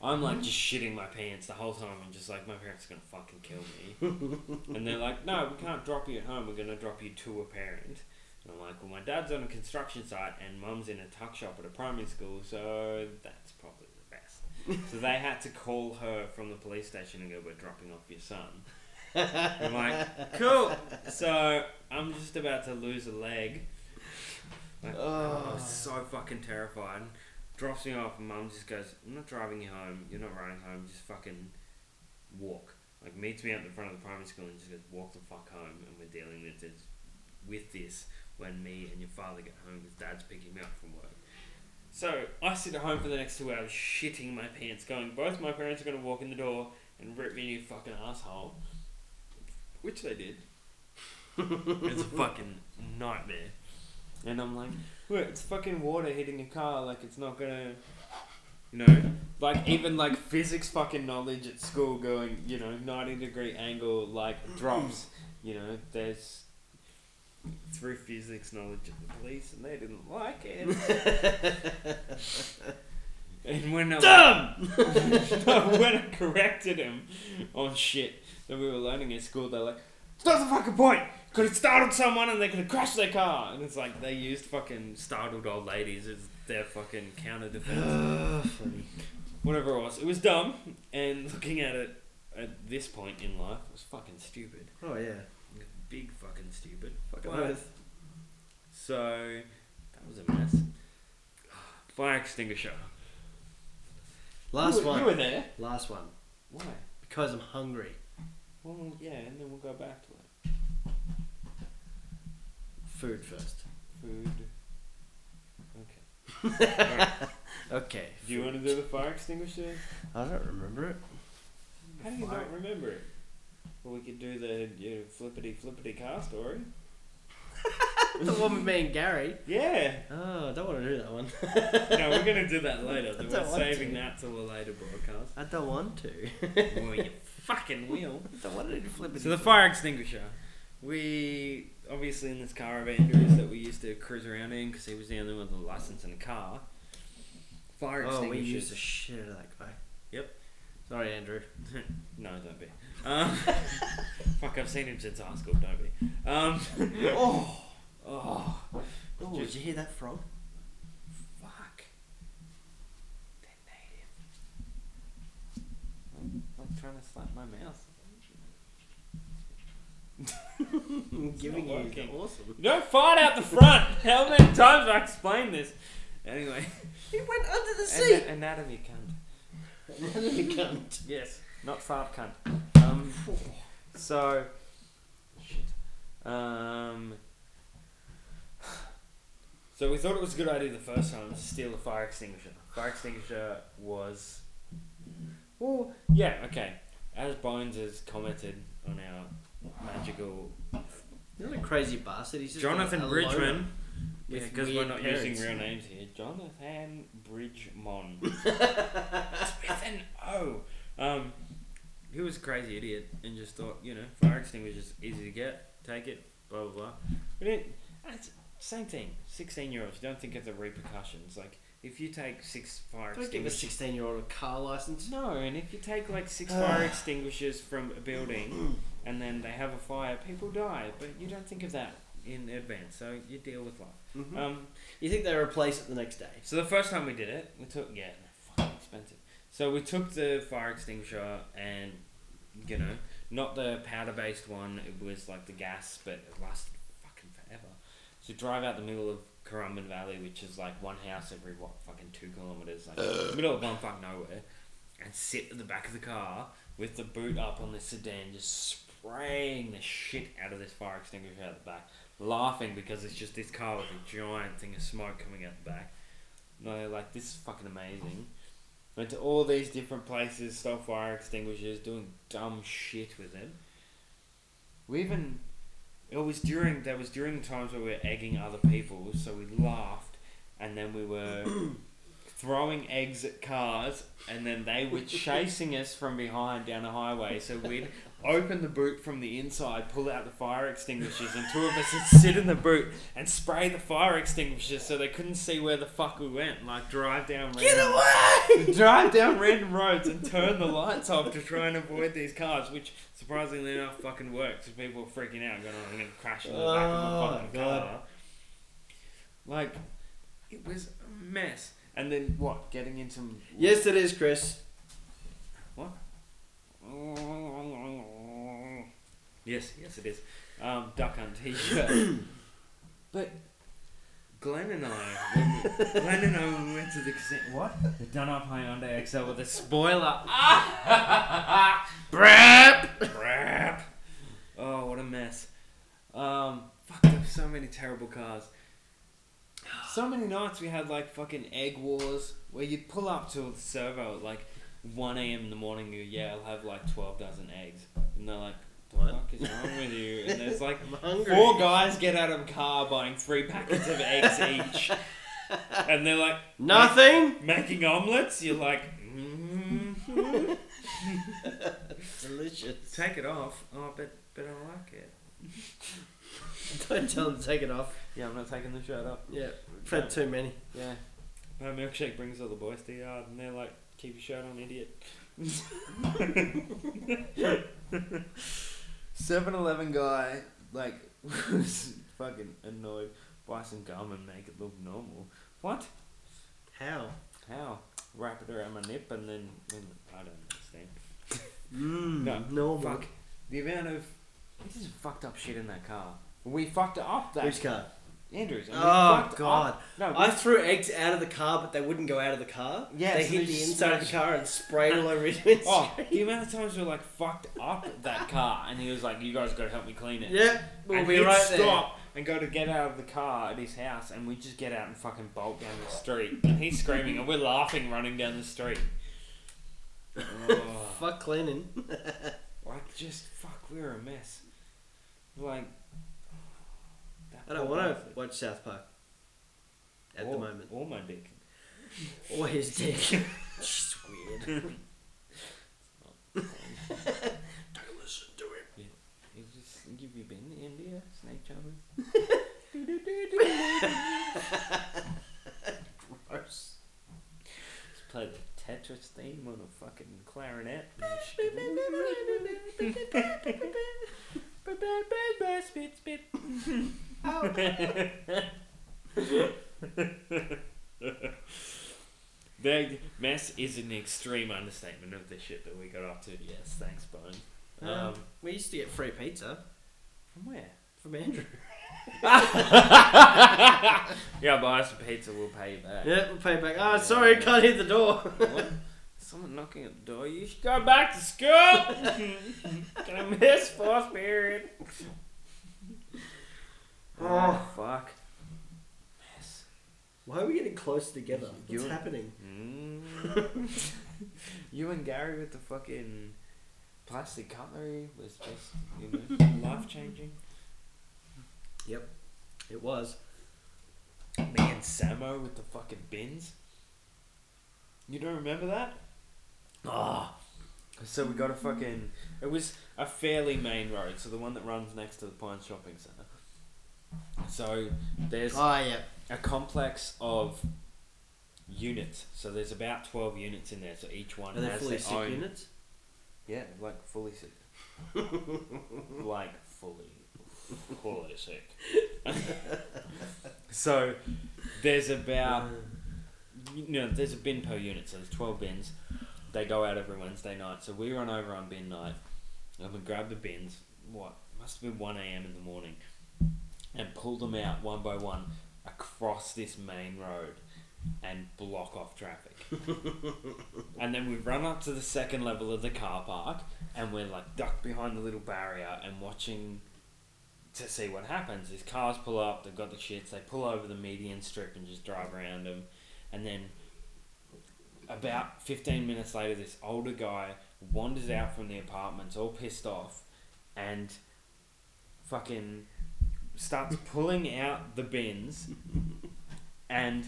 Speaker 3: I'm like just shitting my pants the whole time. I'm just like, my parents are gonna fucking kill me. and they're like, no, we can't drop you at home. We're gonna drop you to a parent. And I'm like, well, my dad's on a construction site and mum's in a tuck shop at a primary school, so that's probably the best. so they had to call her from the police station and go, we're dropping off your son. I'm like, cool. So I'm just about to lose a leg. Like,
Speaker 2: Oh,
Speaker 3: I was Oh, so fucking terrified. Drops me off, and mum just goes, I'm not driving you home. You're not riding home. Just fucking walk. Like, meets me out the front of the primary school and just goes, walk the fuck home. And we're dealing with this, with this when me and your father get home because dad's picking me up from work. So I sit at home for the next two hours shitting my pants, going, both my parents are going to walk in the door and rip me a new fucking asshole. Which they did. it's a fucking nightmare. And I'm like, look, it's fucking water hitting a car, like it's not gonna you know like even like physics fucking knowledge at school going, you know, ninety degree angle like drops, you know, there's through physics knowledge at the police and they didn't like it. and when I no, when I corrected him on shit that we were learning at school, they're like, that's the fucking point! Could have startled someone and they could have crashed their car! And it's like, they used fucking startled old ladies as their fucking counter defense.
Speaker 2: funny.
Speaker 3: Whatever it was. It was dumb, and looking at it at this point in life, it was fucking stupid.
Speaker 2: Oh yeah.
Speaker 3: Big fucking stupid.
Speaker 2: Fucking
Speaker 3: But-
Speaker 2: oath.
Speaker 3: so that was a mess. Fire extinguisher.
Speaker 2: Last
Speaker 3: you were, You were
Speaker 2: one.
Speaker 3: there.
Speaker 2: Last one.
Speaker 3: Why?
Speaker 2: Because I'm hungry.
Speaker 3: Well, yeah, and then we'll go back to it.
Speaker 2: Food first.
Speaker 3: Food. Okay. Alright,
Speaker 2: Okay.
Speaker 3: Do you want to do the fire extinguisher?
Speaker 2: I don't remember it.
Speaker 3: How do you
Speaker 2: Fire-
Speaker 3: not remember it? Well, we could do the you know, flippity flippity car story.
Speaker 2: the one with me and Gary.
Speaker 3: Yeah.
Speaker 2: Oh, I don't want to do that one.
Speaker 3: No, we're gonna do that later.
Speaker 2: I don't
Speaker 3: We're
Speaker 2: want
Speaker 3: saving
Speaker 2: to.
Speaker 3: that till a later broadcast.
Speaker 2: I don't want to.
Speaker 3: well, you fucking will.
Speaker 2: I don't want to do flipping.
Speaker 3: So the fire extinguisher. We obviously in this car of Andrew's that we used to cruise around in because he was the only one with a license in a car. Fire
Speaker 2: Oh, we
Speaker 3: extinguishers.
Speaker 2: used the shit out of that guy.
Speaker 3: Yep.
Speaker 2: Sorry, Andrew.
Speaker 3: no, don't be. Um, Fuck, I've seen him since high school, don't be. Um,
Speaker 2: Oh,
Speaker 3: oh,
Speaker 2: oh did you hear that frog?
Speaker 3: fuck. They're native. I'm like trying to slap my mouth.
Speaker 2: I'm giving
Speaker 3: not
Speaker 2: you
Speaker 3: working.
Speaker 2: awesome.
Speaker 3: Don't fight out the front! How many times have I explained this? Anyway.
Speaker 2: He went under the
Speaker 3: Ana-
Speaker 2: sea.
Speaker 3: anatomy cunt.
Speaker 2: Anatomy cunt.
Speaker 3: Yes, not fart cunt. Um, so, shit. Um, so we thought it was a good idea the first time to steal a fire extinguisher. Fire extinguisher was. Well, yeah, okay. As Bones has commented on our magical.
Speaker 2: You're not a crazy bastard. He's just a,
Speaker 3: Jonathan
Speaker 2: a
Speaker 3: Bridgman.
Speaker 2: with
Speaker 3: Because we're
Speaker 2: weird
Speaker 3: not
Speaker 2: parents.
Speaker 3: using real names here. Jonathan Bridgmon. it's with an O. Um, he was a crazy idiot and just thought, you know, fire extinguishers easy to get, take it, blah blah blah. But it, it's same thing. Sixteen year olds, you don't think of the repercussions. Like if you take six fire
Speaker 2: Don't give a
Speaker 3: extinguishers.
Speaker 2: 16 year old a car license.
Speaker 3: No, and if you take like six fire extinguishers from a building and then they have a fire, people die. But you don't think of that in advance, so you deal with life.
Speaker 2: Mhm.
Speaker 3: Um,
Speaker 2: you think they replace it the next day?
Speaker 3: so the first time we did it, we took yeah, no, fucking expensive. So we took the fire extinguisher and you know, not the powder based one. It was like the gas, but it lasted fucking forever. So drive out the middle of Currumbin Valley, which is like one house every what fucking two kilometers, like middle of one fuck nowhere, and sit at the back of the car with the boot up on the sedan, just spraying the shit out of this fire extinguisher out the back, laughing because it's just this car with a giant thing of smoke coming out the back. No, like this is fucking amazing. Went to all these different places, stole fire extinguishers, doing dumb shit with it. We even it was during that was during the times where we were egging other people, so we laughed and then we were throwing eggs at cars and then they were chasing us from behind down a highway, so we'd open the boot from the inside, pull out the fire extinguishers, and two of us would sit in the boot and spray the fire extinguishers so they couldn't see where the fuck we went, like drive down
Speaker 2: Get
Speaker 3: random-
Speaker 2: away!
Speaker 3: drive down random roads and turn the lights off to try and avoid these cars, which surprisingly enough fucking works. People are freaking out, going, "Oh, "I'm gonna crash into the back of
Speaker 2: Oh,
Speaker 3: my fucking
Speaker 2: God.
Speaker 3: car." Like, it was a mess. And then what? Getting into
Speaker 2: Yes, it is, Chris.
Speaker 3: Yes, yes, it is. Um, duck hunt t-shirt. but Glenn and I, when we, Glenn and I, when we went to the casino. What? The done up Hyundai XL with a spoiler. Brap, brap. Oh, what a mess. Um, fuck, there were so many terrible cars. So many nights we had like fucking egg wars where you'd pull up to the servo at like 1 a.m. in the morning. You yeah, I'll have like 12 dozen eggs, and they're like,
Speaker 1: What?
Speaker 3: fuck is wrong with you? And there's like
Speaker 2: I'm hungry.
Speaker 3: four guys get out of a car buying three packets of eggs each, and they're like
Speaker 2: Nothing?
Speaker 3: making omelets. You're like, mm
Speaker 2: Delicious.
Speaker 3: take it off. Oh, but but I like it.
Speaker 2: Don't tell them to take it off.
Speaker 3: Yeah, I'm not taking the shirt off.
Speaker 2: Yeah, we've had too many.
Speaker 3: Yeah. My milkshake brings all the boys to the yard and they're like, keep your shirt on, idiot. 7 Eleven guy, like, was fucking annoyed. Buy some gum and make it look normal. What?
Speaker 2: How?
Speaker 3: How? Wrap it around my nip and then. and- I don't understand.
Speaker 2: Mm,
Speaker 3: No,
Speaker 2: normal.
Speaker 3: Fuck. The amount of. This is fucked up shit in that car. We fucked it up that.
Speaker 2: Which car?
Speaker 3: Andrews. and we
Speaker 2: Oh
Speaker 3: fucked
Speaker 2: god!
Speaker 3: Up. No, we
Speaker 2: I threw eggs out of the car, but they wouldn't go out of the car.
Speaker 3: Yeah,
Speaker 2: they
Speaker 3: so
Speaker 2: hit
Speaker 3: they
Speaker 2: the
Speaker 3: just
Speaker 2: inside of the car and sprayed all over his windscreen.
Speaker 3: Oh, the amount of times we like fucked up that car, and he was like, "You guys gotta help me clean it."
Speaker 2: Yep, we'll
Speaker 3: and
Speaker 2: be
Speaker 3: he'd
Speaker 2: right
Speaker 3: stop and go to get out of the car at his house, and we just get out and fucking bolt down the street. And he's screaming, and we're laughing, running down the street.
Speaker 2: there.
Speaker 3: Oh,
Speaker 2: Fuck cleaning.
Speaker 3: like just fuck, we were a mess. Like, that
Speaker 2: I don't
Speaker 3: poor
Speaker 2: want to
Speaker 3: bastard.
Speaker 2: watch South Park at
Speaker 3: Or-
Speaker 2: the moment.
Speaker 3: or my dick.
Speaker 2: Or Oh, his dick. Just weird. Don't listen to it.
Speaker 3: You just, have you been to India, snake charmer?
Speaker 2: Gross.
Speaker 3: Just play the Tetris theme on a fucking clarinet.
Speaker 1: spit, spit.
Speaker 3: That mess is an extreme understatement of the shit that we got up to. Yes, thanks, Bone.
Speaker 2: Um,
Speaker 3: Um,
Speaker 2: we used to get free pizza
Speaker 3: from where?
Speaker 2: from Andrew.
Speaker 3: yeah, buy us a pizza. We'll pay you back.
Speaker 2: yeah, we'll pay back. Ah, sorry, can't hit the door.
Speaker 3: What? Someone knocking at the door. You should go back to school. Gonna miss fourth period. Oh fuck. Mess.
Speaker 2: Why are we getting close together? What's
Speaker 3: You-
Speaker 2: happening?
Speaker 3: Mm. you and Gary with the fucking plastic cutlery was just you know, life changing.
Speaker 2: It was.
Speaker 3: Me and Samo with the fucking bins. You don't remember that? Ah. So we got a fucking. It was a fairly main road, so the one that runs next to the Pine Shopping Centre. So there's
Speaker 2: Ah, yeah.
Speaker 3: a complex of units. So there's about twelve units in there. So each one
Speaker 2: Are they
Speaker 3: has
Speaker 2: fully
Speaker 3: their
Speaker 2: sick
Speaker 3: own.
Speaker 2: units?
Speaker 3: Yeah, like fully sick. like fully, fully sick. so there's about you know there's a bin per unit, so there's twelve bins. They go out every Wednesday night, so we run over on bin night. And we grab the bins. What must have been one a.m. in the morning, and pull them out one by one across this main road, and block off traffic. and then we run up to the second level of the car park, and we're like ducked behind the little barrier and watching to see what happens. These cars pull up, they've got the shits, they pull over the median strip and just drive around them. And then about 15 minutes later, this older guy wanders out from the apartments, all pissed off, and fucking starts pulling out the bins and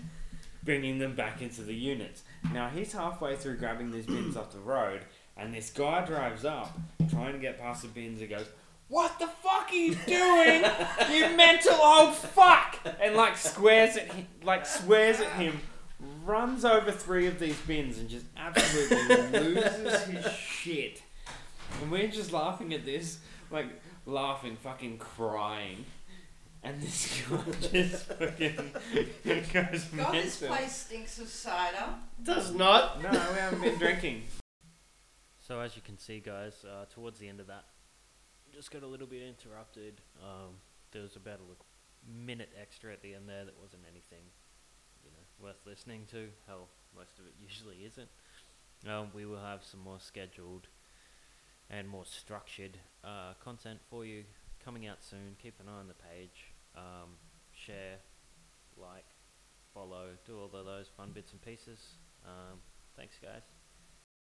Speaker 3: bringing them back into the units. Now he's halfway through grabbing these bins off the road, and this guy drives up, trying to get past the bins, and goes, "What the fuck are you doing, you mental old fuck!" And like squares at him, like swears at him, runs over three of these bins, and just absolutely loses his shit. And we're just laughing at this, like laughing, fucking crying. And this guy just fucking goes
Speaker 4: God, this
Speaker 3: mental.
Speaker 4: place stinks of cider.
Speaker 2: Does not.
Speaker 3: No, we haven't been drinking.
Speaker 1: So as you can see, guys, uh, towards the end of that, just got a little bit interrupted. Um, there was about a little minute extra at the end there that wasn't anything, you know, worth listening to. Hell, most of it usually isn't. Um, we will have some more scheduled and more structured uh, content for you coming out soon. Keep an eye on the page. Um, share, like, follow, do all of those fun bits and pieces. Um, thanks, guys.